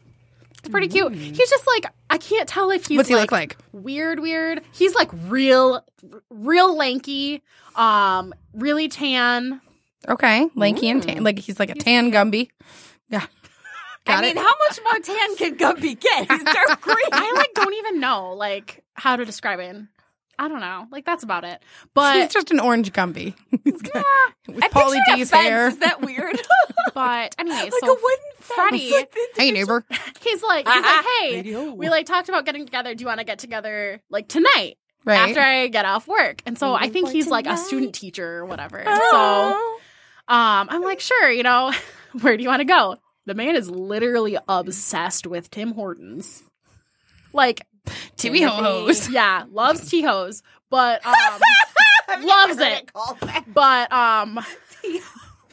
It's pretty cute. He's just like, I can't tell if he's Mm. What's he look like? weird, weird. He's like real, real lanky, um, really tan. Okay. Lanky and tan. Like he's like a tan Gumby. Yeah. I mean, how much more tan can Gumby get? He's dark green. I like don't even know like how to describe him. I don't know. Like that's about it. But He's just an orange Gumby. He's got- with I Pauly picture a D's fence. hair. Is that weird? but anyway, like so a wooden fence. Freddie- Like the- Hey neighbor. he's like he's like, hey, we like talked about getting together. Do you want to get together like tonight? Right. After I get off work. And so I think he's like a student teacher or whatever. So Oh. Um, I'm like, sure, you know, where do you want to go? The man is literally obsessed with Tim Hortons. Like, Timmy ho ho's. yeah, loves T-Ho's, but um, loves it. But um,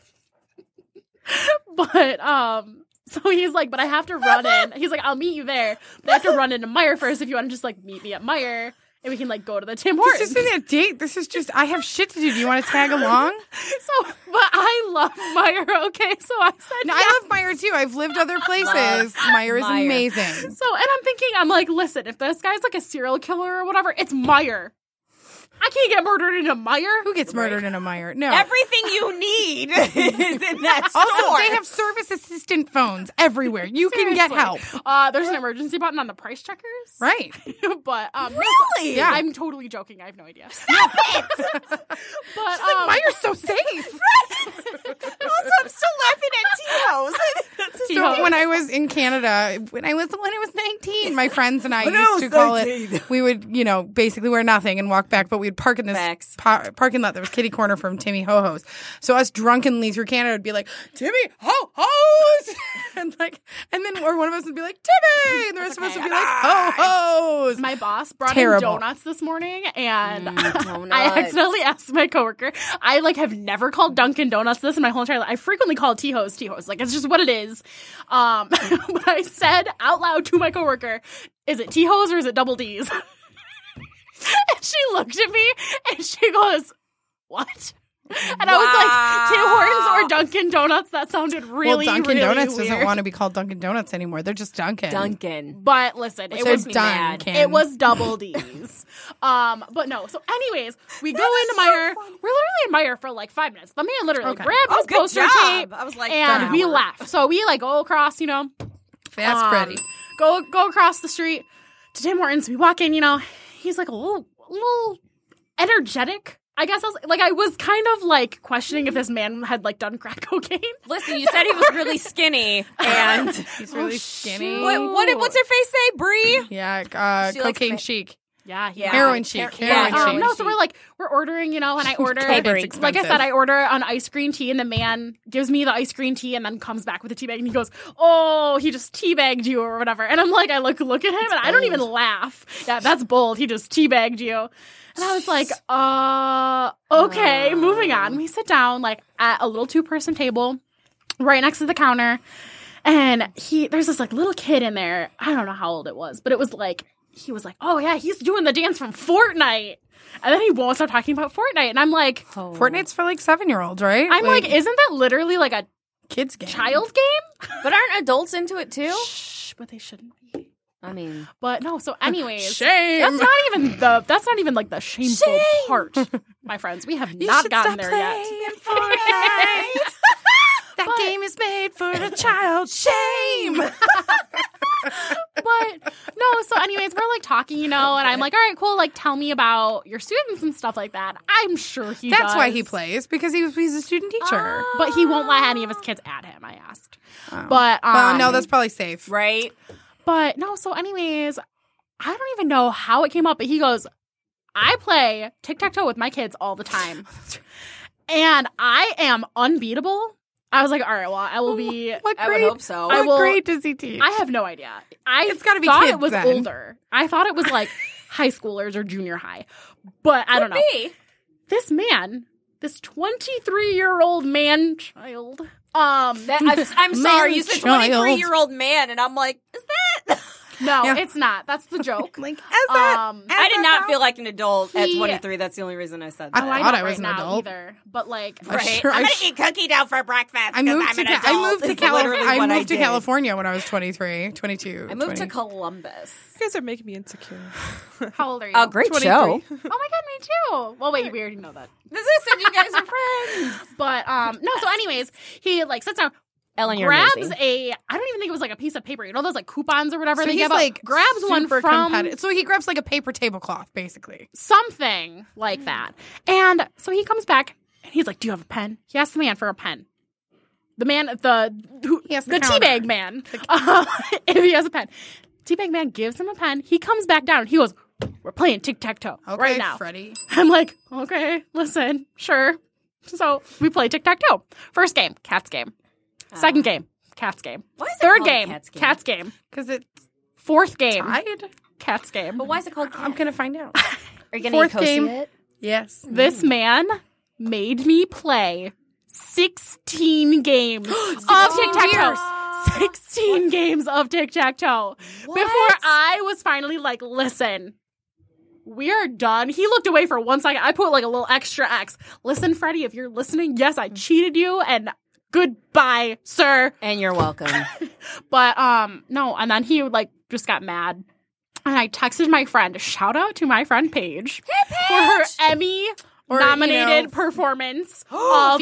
but um, so he's like, but I have to run in. He's like, I'll meet you there, but I have to run into Meyer first if you want to just like meet me at Meyer and we can like go to the Tim Hortons. This isn't a date. This is just I have shit to do. Do you want to tag along? so, but I love Meyer. Okay, so I said, No, yes. I love Meyer too. I've lived other places. Meyer is Meijer. amazing. So, and I'm thinking, I'm like, listen, if this guy's like a serial killer or whatever, it's Meyer. I can't get murdered in a Meyer. Who gets murdered in a Meyer? uh, No. Everything you need is in that store. also, they have service assistant phones everywhere. You can get help. Seriously. Uh, there's an emergency button on the price checkers, Right. but um, no, really. Yeah. I'm totally joking. I have no idea. but Like, um, Meyer's so safe. also, I'm still laughing at Tito's. That's just- So when I was in Canada, when I was when I was nineteen, my friends and I When I used was to call 19. it. We would, you know, basically wear nothing and walk back, but we'd park in this Facts. par- parking lot that was kitty corner from Timmy Ho Ho's. So us drunkenly through Canada would be like Timmy Ho Ho's, and like, and then or one of us would be like Timmy, and the rest of us would be like Ho Ho's. my boss brought Terrible. Mm. in donuts this morning, and Oh, I accidentally asked my coworker. I like have never called Dunkin' Donuts this in my whole entire life. I frequently call T-Ho's T-Ho's. Like it's just what it is. Um, but I said out loud to my coworker, "Is it T-Ho's or is it Double D's?" and she looked at me and she goes, "What?" And I was like, Tim Hortons or Dunkin' Donuts? That sounded really, well, Dunkin' really Donuts doesn't weird. want to be called Dunkin' Donuts anymore. They're just Dunkin'. Duncan. But listen, it They're was makes me done. mad. Ken. It was double D's. um, but no. So, anyways, we go into Meyer. We're literally in Meyer for like five minutes. The man literally Okay. grabbed his Oh, good poster job. tape. I was like, and done. we left. So we like go across, you know, Fast um, Freddy. Go go across the street to Tim Hortons. We walk in, you know, he's like a little a little energetic. I guess I was like I was kind of like questioning if this man had like done crack cocaine. Listen, you said he was really skinny, and He's really skinny. what, what did- what's her face say, Bree? Yeah, uh, She likes cocaine ma- chic. Yeah, he Yeah. Heroin chic. Yeah, Heroin um, chic. no, so we're like we're ordering, you know, and I order Catering. It's like I expensive. said, I order an ice green tea, and the man gives me the ice green tea, and then comes back with a tea bag, and he goes, "Oh, he just teabagged you or whatever." And I'm like, I look look at him, and I don't even laugh. Yeah, that's bold. He just teabagged you, and I was like, "Uh, okay, moving on." We sit down like at a little two person table, right next to the counter, and he there's this like little kid in there. I don't know how old it was, but it was like he was like, "Oh yeah, he's doing the dance from Fortnite." And then he won't stop talking about Fortnite. And I'm like, Fortnite's for like seven year olds, right? I'm like, isn't that literally like a kids game. child game? But aren't adults into it too? Shh, but they shouldn't be. I mean, But no, so anyways. Shame. That's not even the that's not even like the shameful part, my friends. We have not should gotten stop there yet. Fortnite. that game is made for a child. Shame. But no, so anyways, we're like talking, you know, and I'm like, all right, cool, like tell me about your students and stuff like that. I'm sure he That's why does. Oh. he plays because he was, he's a student teacher. But he won't let any of his kids at him, I asked. But um, Oh. well, Uh, no, that's probably safe. right? But no, so anyways, I don't even know how it came up, but he goes, I play tic tac toe with my kids all the time. and I am unbeatable. I was like, all right, well, I will be. What I grade? would hope so. I What will- grade does he teach? I have no idea. I It's gotta be thought kids it was then. older. I thought it was like high schoolers or junior high, but I don't know. Me. This man, this twenty-three-year-old man child, um, That, I'm, I'm sorry, you said Child. 23 year old man, and I'm like, is that? no, Yeah. it's not. That's the joke. like as that. um, I did not feel like an adult at He- 23. That's the only reason I said I that. I thought not I was right an now adult. either, but like, I'm right? sure I'm I gonna sh- eat cookie dough for breakfast. I moved, I'm to, an Ca- adult. I moved to is California. literally I what moved to did. California when I was 23, 22. I moved to 20. Columbus. You guys are making me insecure. how old are you? great 23. Oh my god, me too. Well, wait, we already know that. This is you guys are friends. But um, no. So, anyways, he like sits down. Ellen, you're grabs amazing. a I don't even think it was like a piece of paper. You know those like coupons or whatever So they he's give out? like grabs one super from competi- So he grabs like a paper tablecloth, basically. something like that. And so he comes back and he's like, "Do you have a pen?" He asks the man for a pen. The man, the who, He has the the, counter. teabag man, uh, if he has a pen, teabag man gives him a pen. He comes back down. He goes, "We're playing tic tac toe Okay, right now." Freddie. I'm like, okay, listen, sure. So we play tic tac toe. First game, cat's game. Second game, cat's game. Ah. Why is it Third called game, Cat's Game? Because it's Fourth game, tied. cat's game. But why is it called? Cat? I'm going to find out. Are you gonna fourth eat game- It? yes. This man made me play 16 games of tic tac toe. 16 games of tic tac toe. Before I was finally like, listen, we are done. He looked away for one second. I put like a little extra X. Listen, Freddie, if you're listening, yes, I cheated you and goodbye, sir. And you're welcome. But um, no, and then he like just got mad. And I texted my friend, shout out to my friend Paige for her Emmy Or, you nominated know, performance of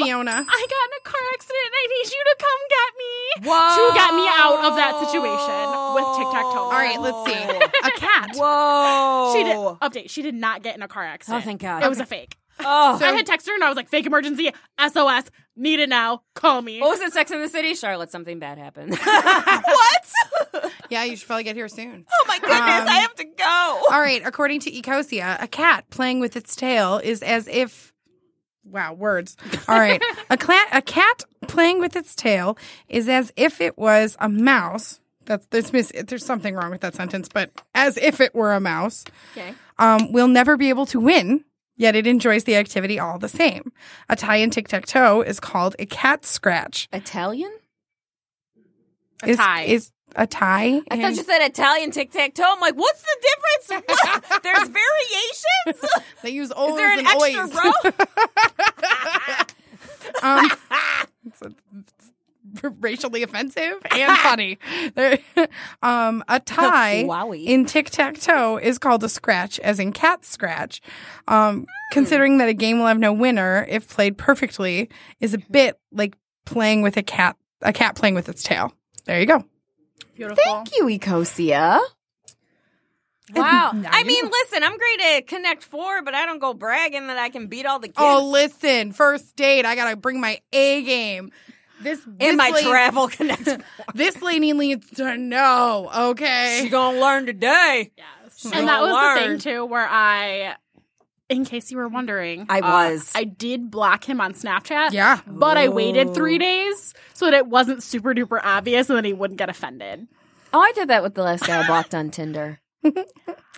Fiona. I got in a car accident and I need you to come get me. To get me out of that situation with tic tac toe. All right, let's see. A cat. Oh. Whoa. She did update. She did not get in a car accident. Oh, thank God. It was a fake. oh, I had texted her and I was like, fake emergency, SOS, need it now, call Oh, me. what was it? Sex in the City, Charlotte. Something bad happened. Yeah, you should probably get here soon. Oh my goodness, I have to go. All right, according to Ecosia, a cat playing with its tail is as if. Wow, words. All right. a, cla- a cat playing with its tail is as if it was a mouse. That's, there's, mis- there's something wrong with that sentence, but as if it were a mouse. Okay. Um, will never be able to win, yet it enjoys the activity all the same. A tie in tic tac toe is called a cat scratch. Italian? A is, tie. Is a tie. I thought in- you said Italian tic tac toe. I'm like, what's the difference? What? There's variations. they use Is o's there an and extra oys. row? Um, it's a- it's racially offensive and funny. There- um, a tie Wowie. in tic tac toe is called a scratch, as in cat scratch. Um, Considering that a game will have no winner if played perfectly, is a bit like playing with a cat, a cat playing with its tail. There you go. Beautiful. you, Ecosia. Wow. I mean, listen, I'm great at Connect Four, but I don't go bragging that I can beat all the kids Oh, listen, first date, I gotta bring my A game. This this in my lady, travel Connect. Four. This lady needs to know. Okay, gonna learn today. and that was the thing Lord. too, where I, in case you were wondering, I uh, was. I did block him on Snapchat. Yeah. but I waited three days so that it wasn't super duper obvious, and then he wouldn't get offended. Oh, I did that with the last guy I blocked on Tinder.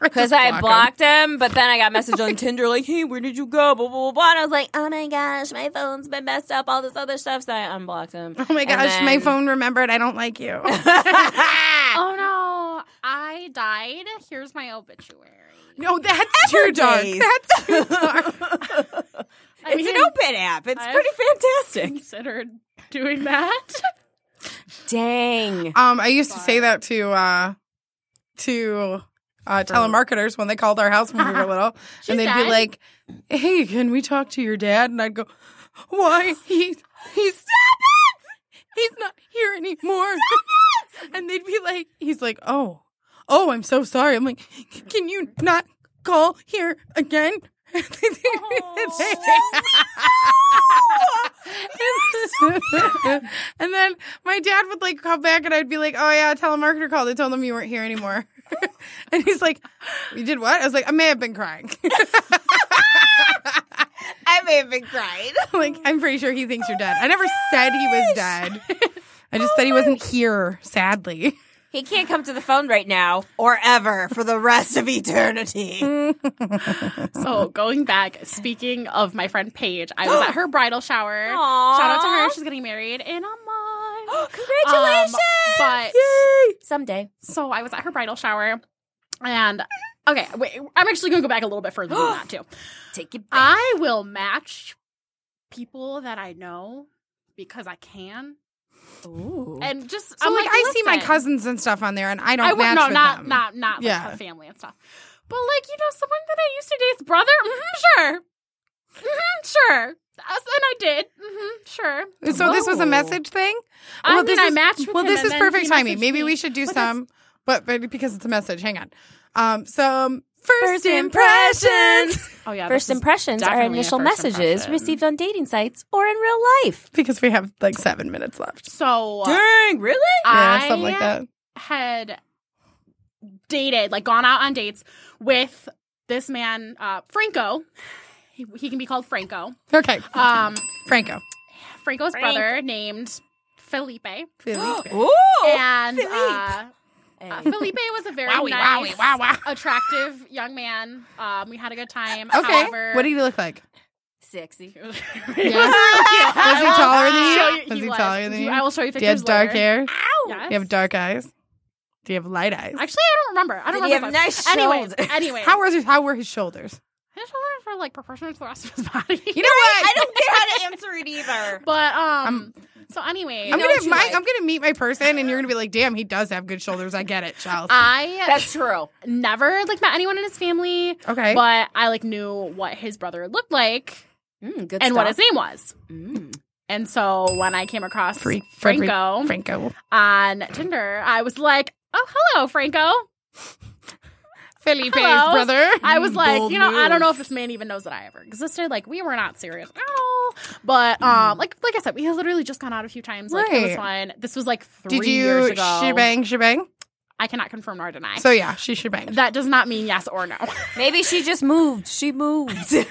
Because Just I block 'em. blocked him. but then I got message on Tinder like, "Hey, where did you go?" Blah blah blah. blah. And I was like, "Oh my gosh, my phone's been messed up. All this other stuff." So I unblocked him. Oh my And gosh, my then- phone remembered I don't like you. Oh no, I died. Here's my obituary. no, that's too dark. Everdays. That's too dark. I It's an mean, open app. It's I've- pretty fantastic. considered doing that. Dang. Um, I used to say that to uh to uh, telemarketers when they called our house when we were little, and they'd said- be like, "Hey, can we talk to your dad?" And I'd go, "Why? He's he's He's not here anymore." and they'd be like, "He's like, oh, oh, I'm so sorry." I'm like, "Can you not call here again?" Oh, and then my dad would like call back and I'd be like, Oh yeah, a telemarketer called. I told them you weren't here anymore. and he's like, You did what? I was like, I may have been crying. I may have been crying. like, I'm pretty sure he thinks you're dead. I never said he was dead. I just Oh said he wasn't here, sadly. He can't come to the phone right now or ever for the rest of eternity. so going back, speaking of my friend Paige, I was at her bridal shower. Aw. Shout out to her. She's getting married in a month. Congratulations. Um, but Someday. so I was at her bridal shower, and okay, wait, I'm actually gonna go back a little bit further than that too. Take it back. I will match people that I know because I can, and just So I'm like, Oh, like, I see my listen, cousins and stuff on there and I don't I would match no, with not them. not not Yeah. with her family and stuff, Mm-hmm. but like you know, someone that I used to date's brother, hmm mm-hmm, sure, hmm sure. Yes, and I did. hmm sure. So this was a message thing. I mean, this I is, matched with well, him this and is then perfect he timing. messaged Maybe me. we should do But that's- some, but, but because it's a message, hang on. Um, some first, First impressions impressions. Oh yeah. First this is impressions are definitely a initial first messages impression. received on dating sites or in real life. because we have like seven minutes left. So uh, Dang, really? Yeah, I something like that. had dated, like gone out on dates with this man, uh, Franco. He, he can be called Franco. Okay, Um, Franco. Franco's Franco. brother named Felipe, Felipe. Ooh. and uh, uh, Felipe was a very Wowie, nice, wowie, wow, wow. attractive young man. Um, we had a good time. Okay, However, what did he look like? Sexy. Yeah. Was he taller than Show you? you- Was he, was. taller than you? I will show you Do you have pictures. dark later. hair? Yes. Do you have dark eyes? Do you have light eyes? Actually, I don't remember. I don't Did he remember. have nice much. anyways, shoulders? anyways, how were his, how were his shoulders? his shoulders were like proportional to the rest of his body. You know what? I don't get how to answer it either. But um, so anyway, I'm know what gonna you my, like. I'm gonna meet my person, and you're gonna be like, "Damn, he does have good shoulders." I get it, child. I That's true. never like met anyone in his family. Okay. but I like knew what his brother looked like Mm, good and what his stuff. Mm. name was. And so when I came across Free- Frederick- Franco Franco, on Tinder, I was like, "Oh, hello, Franco." Felipe's Hello. brother. I was like, bold you know, I don't know if move. this man even knows that I ever existed. Like, we were not serious at all. Hmm. But um, like like I said, we had literally just gone out a few times. Like it was fun. This was like three Did years you ago. shebang shebang? I cannot confirm nor deny. So yeah, she shebang. that does not mean yes or no. Maybe she just moved. She moved. Seems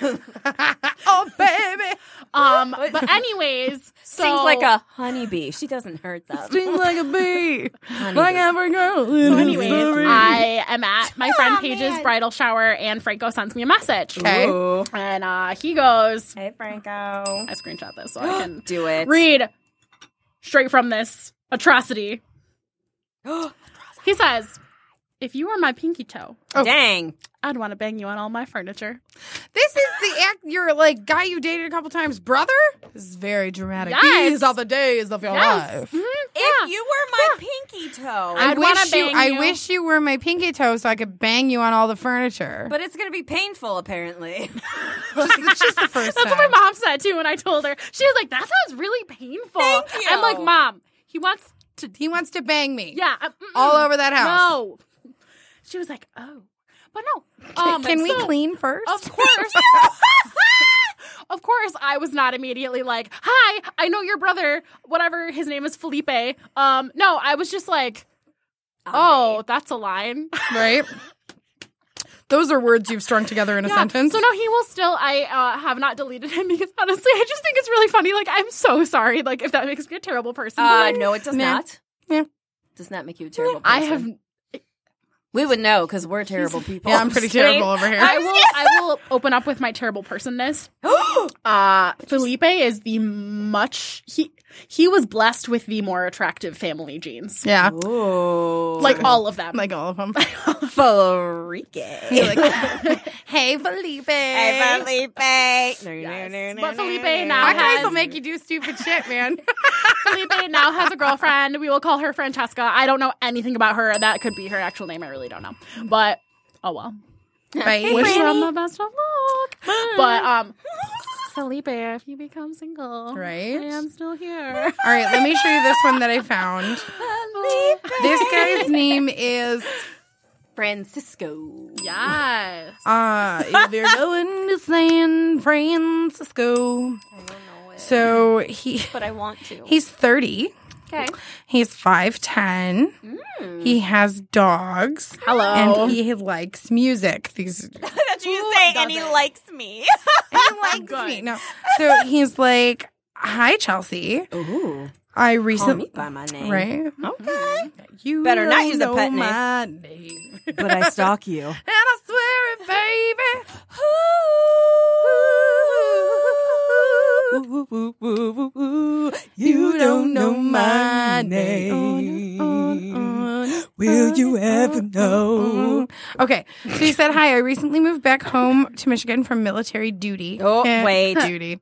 oh baby, Um, but anyways, so like a honeybee. She doesn't hurt them. sting like a bee, Honeybee. every girl. So anyways, I am at Oh, my friend Paige's bridal shower, and Franco sends me a message. Okay. And uh, he goes, Hey, Oh. Franco. I screenshot this so I can Do it. read straight from this atrocity. he says, If you were my pinky toe, Oh. Dang. I'd want to bang you on all my furniture. This is the act your like guy you dated a couple times, brother. This is very dramatic. Yes. These are the days of your Yes. life. Mhm. If you were my pinky toe, I I'd wanna wish you, bang I you. wish you were my pinky toe so I could bang you on all the furniture. but it's gonna be painful, apparently. it's just the first That's time. what my mom said too when I told her. She was like, That sounds really painful. Thank you. I'm like, Mom, he wants to He wants to bang me. Yeah, uh, mm-mm. All over that house. No, she was like, "Oh, but no." Um, Can we so, clean first? Of course. of course, I was not immediately like, "Hi, I know your brother. Whatever his name is, Felipe." Um, no, I was just like, "Oh, that's a line." right? Those are words you've strung together in a Yeah. sentence. So no, he will still. I uh, have not deleted him because honestly, I just think it's really funny. Like, I'm so sorry. Like, if that makes me a terrible person, but, Uh, like, no, it does Meh. not. Yeah. Does not make you a terrible. I person. have. We would know because we're terrible people. yeah, I'm pretty terrible over here. I will. I will open up with my terrible personness. uh Felipe is the much he he was blessed with the more attractive family genes. yeah, Like all of them. like all of them. Felipe. hey, Felipe. Felipe. No, no, no, no, But no, Felipe no, now Black guys will has make you do stupid shit, man. Felipe now has a girlfriend. We will call her Francesca. I don't know anything about her. That could be her actual name. I really don't know. But oh well. Bye. Wish them the best of luck. But um Felipe, if you become single, Right? I am still here. All right, let me show you this one that I found. Felipe. This guy's name is Francisco. yes. Uh, if you're going to San Francisco. So he But I want to. he's 30. Okay. Mm. He's 5'10. He has dogs. Hello. And he likes music. These That's what you say, and he likes me. Oh he likes me. No. So he's like, Hi Chelsea. Ooh. I Oh, Call me recently by my name. Right? Okay. You Better not don't use a know pet name. my name. And But I stalk you. I swear it, baby. You don't know my name. Will you ever know? Okay, so he said, "Hi, I recently moved back home to Michigan from military duty. Oh, Eh, wait. duty.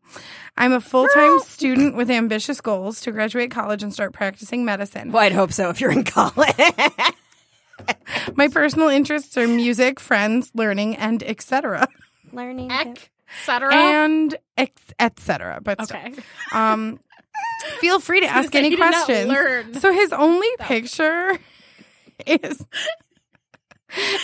I'm a full time student with ambitious goals to graduate college and start practicing medicine. Well, I'd hope so if you're in college. My personal interests are music, friends, learning, and etc. Learning. Eck cetera. and ex- etc. But still. okay. um, feel free to ask say, any you did not questions. learn. So his only picture is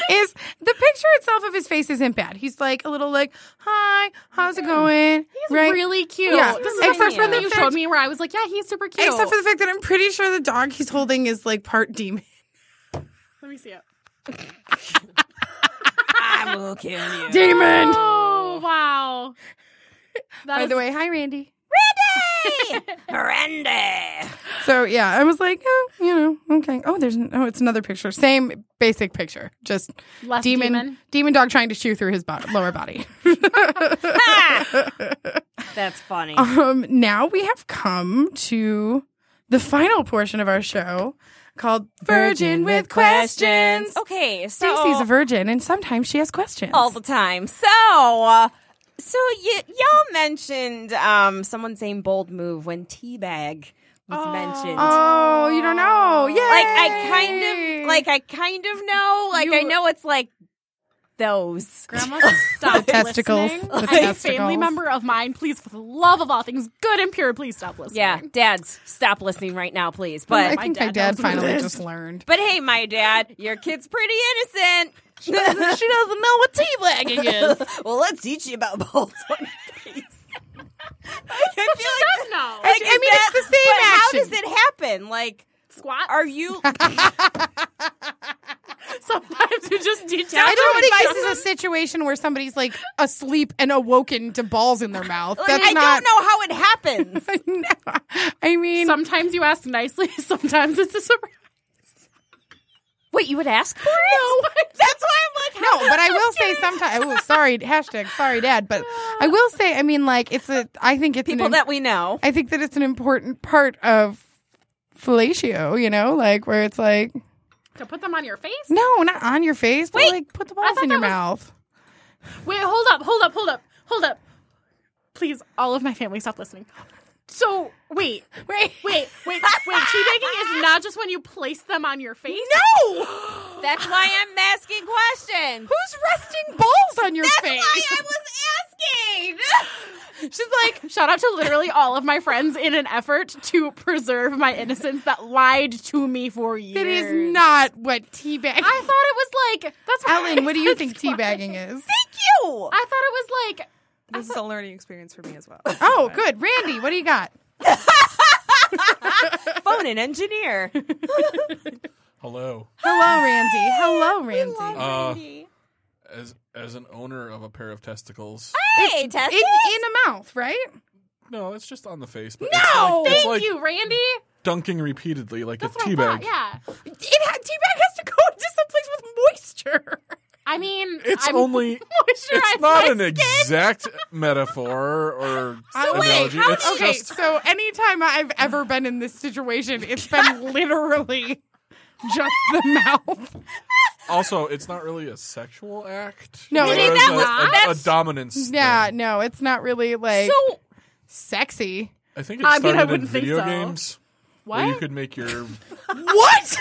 is the picture itself of his face isn't bad. He's like a little like, "Hi, how's it going?" He's right? really cute. Yeah. This is Except except for for the that you fact- showed me where I was like, yeah, he's super cute. Except for the fact that I'm pretty sure the dog he's holding is like part demon. let me see it. I will kill you. Demon. Oh wow. That By is- the way, hi Randy. Randy. So yeah, I was like, oh, you know, okay. Oh, there's oh, it's another picture. Same basic picture, just Less demon, demon demon. dog trying to chew through his bo- lower body. Ah. That's funny. um, now we have come to the final portion of our show called Virgin, with Questions. Okay, so Stacey's a virgin, and sometimes she has questions. all the time. So, uh, so y- y'all mentioned um, someone saying bold move when teabag was mentioned. oh, you don't know? Yeah, Like I kind of, like I kind of know. Like I know it's like those. Grandma, stop testicles. listening. The As a testicles. family member of mine, please, for the love of all things good and pure, please stop listening. Yeah, dads, stop listening right now, please. I But think my dad dad knows finally this. just learned. but hey, my dad, your kid's pretty innocent. She doesn't know what teabagging is. well, let's teach you about balls on your face. I feel like, Does know. I mean, it's the same but how action. does it happen? Like, Squat. are you? sometimes you just detach. I don't think this is a situation where somebody's like asleep and awoken to balls in their mouth. Like, That's I not. don't know how it happens. No. I mean, Sometimes you ask nicely. Sometimes it's a surprise. Wait, you would ask for it? No. That's why I'm like, no, but I will say sometimes. Oh, sorry, hashtag sorry, dad. But I will say, I mean, like it's a. I think it's people an, that we know. I think that it's an important part of fellatio. You know, like where it's like To put them on your face. no, not on your face, but Wait, like put the balls thought in your that was- mouth. Wait, hold up, hold up, hold up, hold up. Please, all of my family, stop listening. So wait, wait, wait, wait, wait. Teabagging is not just when you place them on your face. No, That's why I'm asking questions. who's resting balls on your That's face? why I was asking. She's like, shout out to literally all of my friends in an effort to preserve my innocence that lied to me for years. That is not what teabag. I thought it was like that's why Ellen, I what do you said think squat. teabagging is? Thank you. I thought it was like This is a learning experience for me as well. Oh, good. Randy, what do you got? Phone an engineer. Hello. Hello, Randy. Hello, Randy. Uh, as as an owner of a pair of testicles. Ah! hey, Tessa. in, in a mouth, right? No, it's just on the face. But no, it's like, it's thank like you, Randy. Dunking repeatedly like That's a what I teabag. thought. Yeah, It ha- teabag has to go into someplace with moisture. I mean, It's I'm only. moisturized It's not my an skin. exact metaphor or analogy. it's okay, just so anytime I've ever been in this situation, it's been literally just the mouth. also it's not really a sexual act. No, It's See, more that a- was- a, that's- a dominance. Yeah, thing. no, it's not really like So sexy. I think it I mean, started I in wouldn't think video so. games. Where you What? could make your What?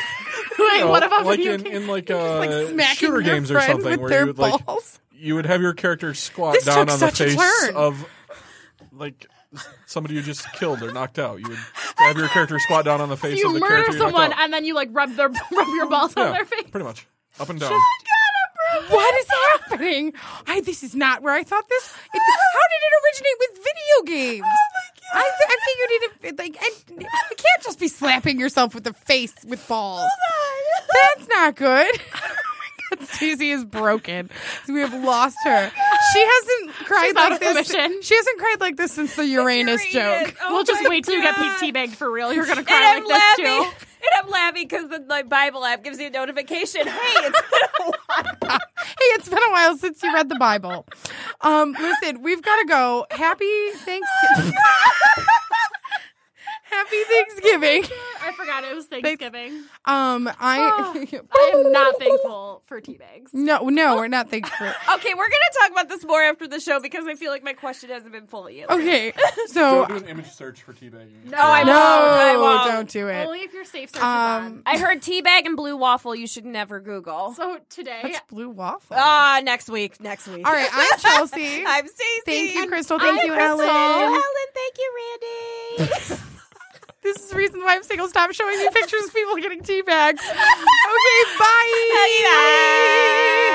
Wait, No, what about like video in, games? in like like uh, smacking shooter your games or friend something with where their you would like balls? you would have your character squat This down took on the such a face turn. of like somebody you just killed or knocked out. You would have your character squat down on the face of you the murder character you knocked someone out. and then you like rub their rub your balls on Yeah, their face. Pretty much. Up and down. what is happening? I this is not where I thought this. It, how did it originate with video games? Oh my god! I, I figured it like I, you can't just be slapping yourself with the face with balls. That's not good. Oh my God, Susie is broken. We have lost her. She hasn't cried She's out like of this. commission. She hasn't cried like this since the Uranus, joke. we'll just wait till you get tea teabagged for real. You're gonna cry And I'm like this laughing. too. And I'm laughing because the like, Bible app gives you a notification. Hey, it's been a while. Hey, it's been a while since you read the Bible. Um, listen, we've got to go. Happy Thanksgiving. Happy Thanksgiving. I forgot it was Thanksgiving. Um, I Ah, I am not thankful for tea bags. no, no, we're not thankful. Okay, we're gonna talk about this more after the show because I feel like my question hasn't been fully answered. Okay, Go so do an image search for teabagging. No, I Oh, no, won't. I won't. don't do it. Only if your safe search is Um, on. I heard teabag and blue waffle. You should never Google. So today, That's blue waffle. Oh. Ah, next week. Next week. All right, I'm Chelsea. I'm Stacey. Thank you, Crystal. Thank I'm you, Crystal. Ellen. Ellen, thank you, Randy. This is the reason why I'm single. Stop showing me pictures of people getting tea bags. Okay, bye. Bye. Ah,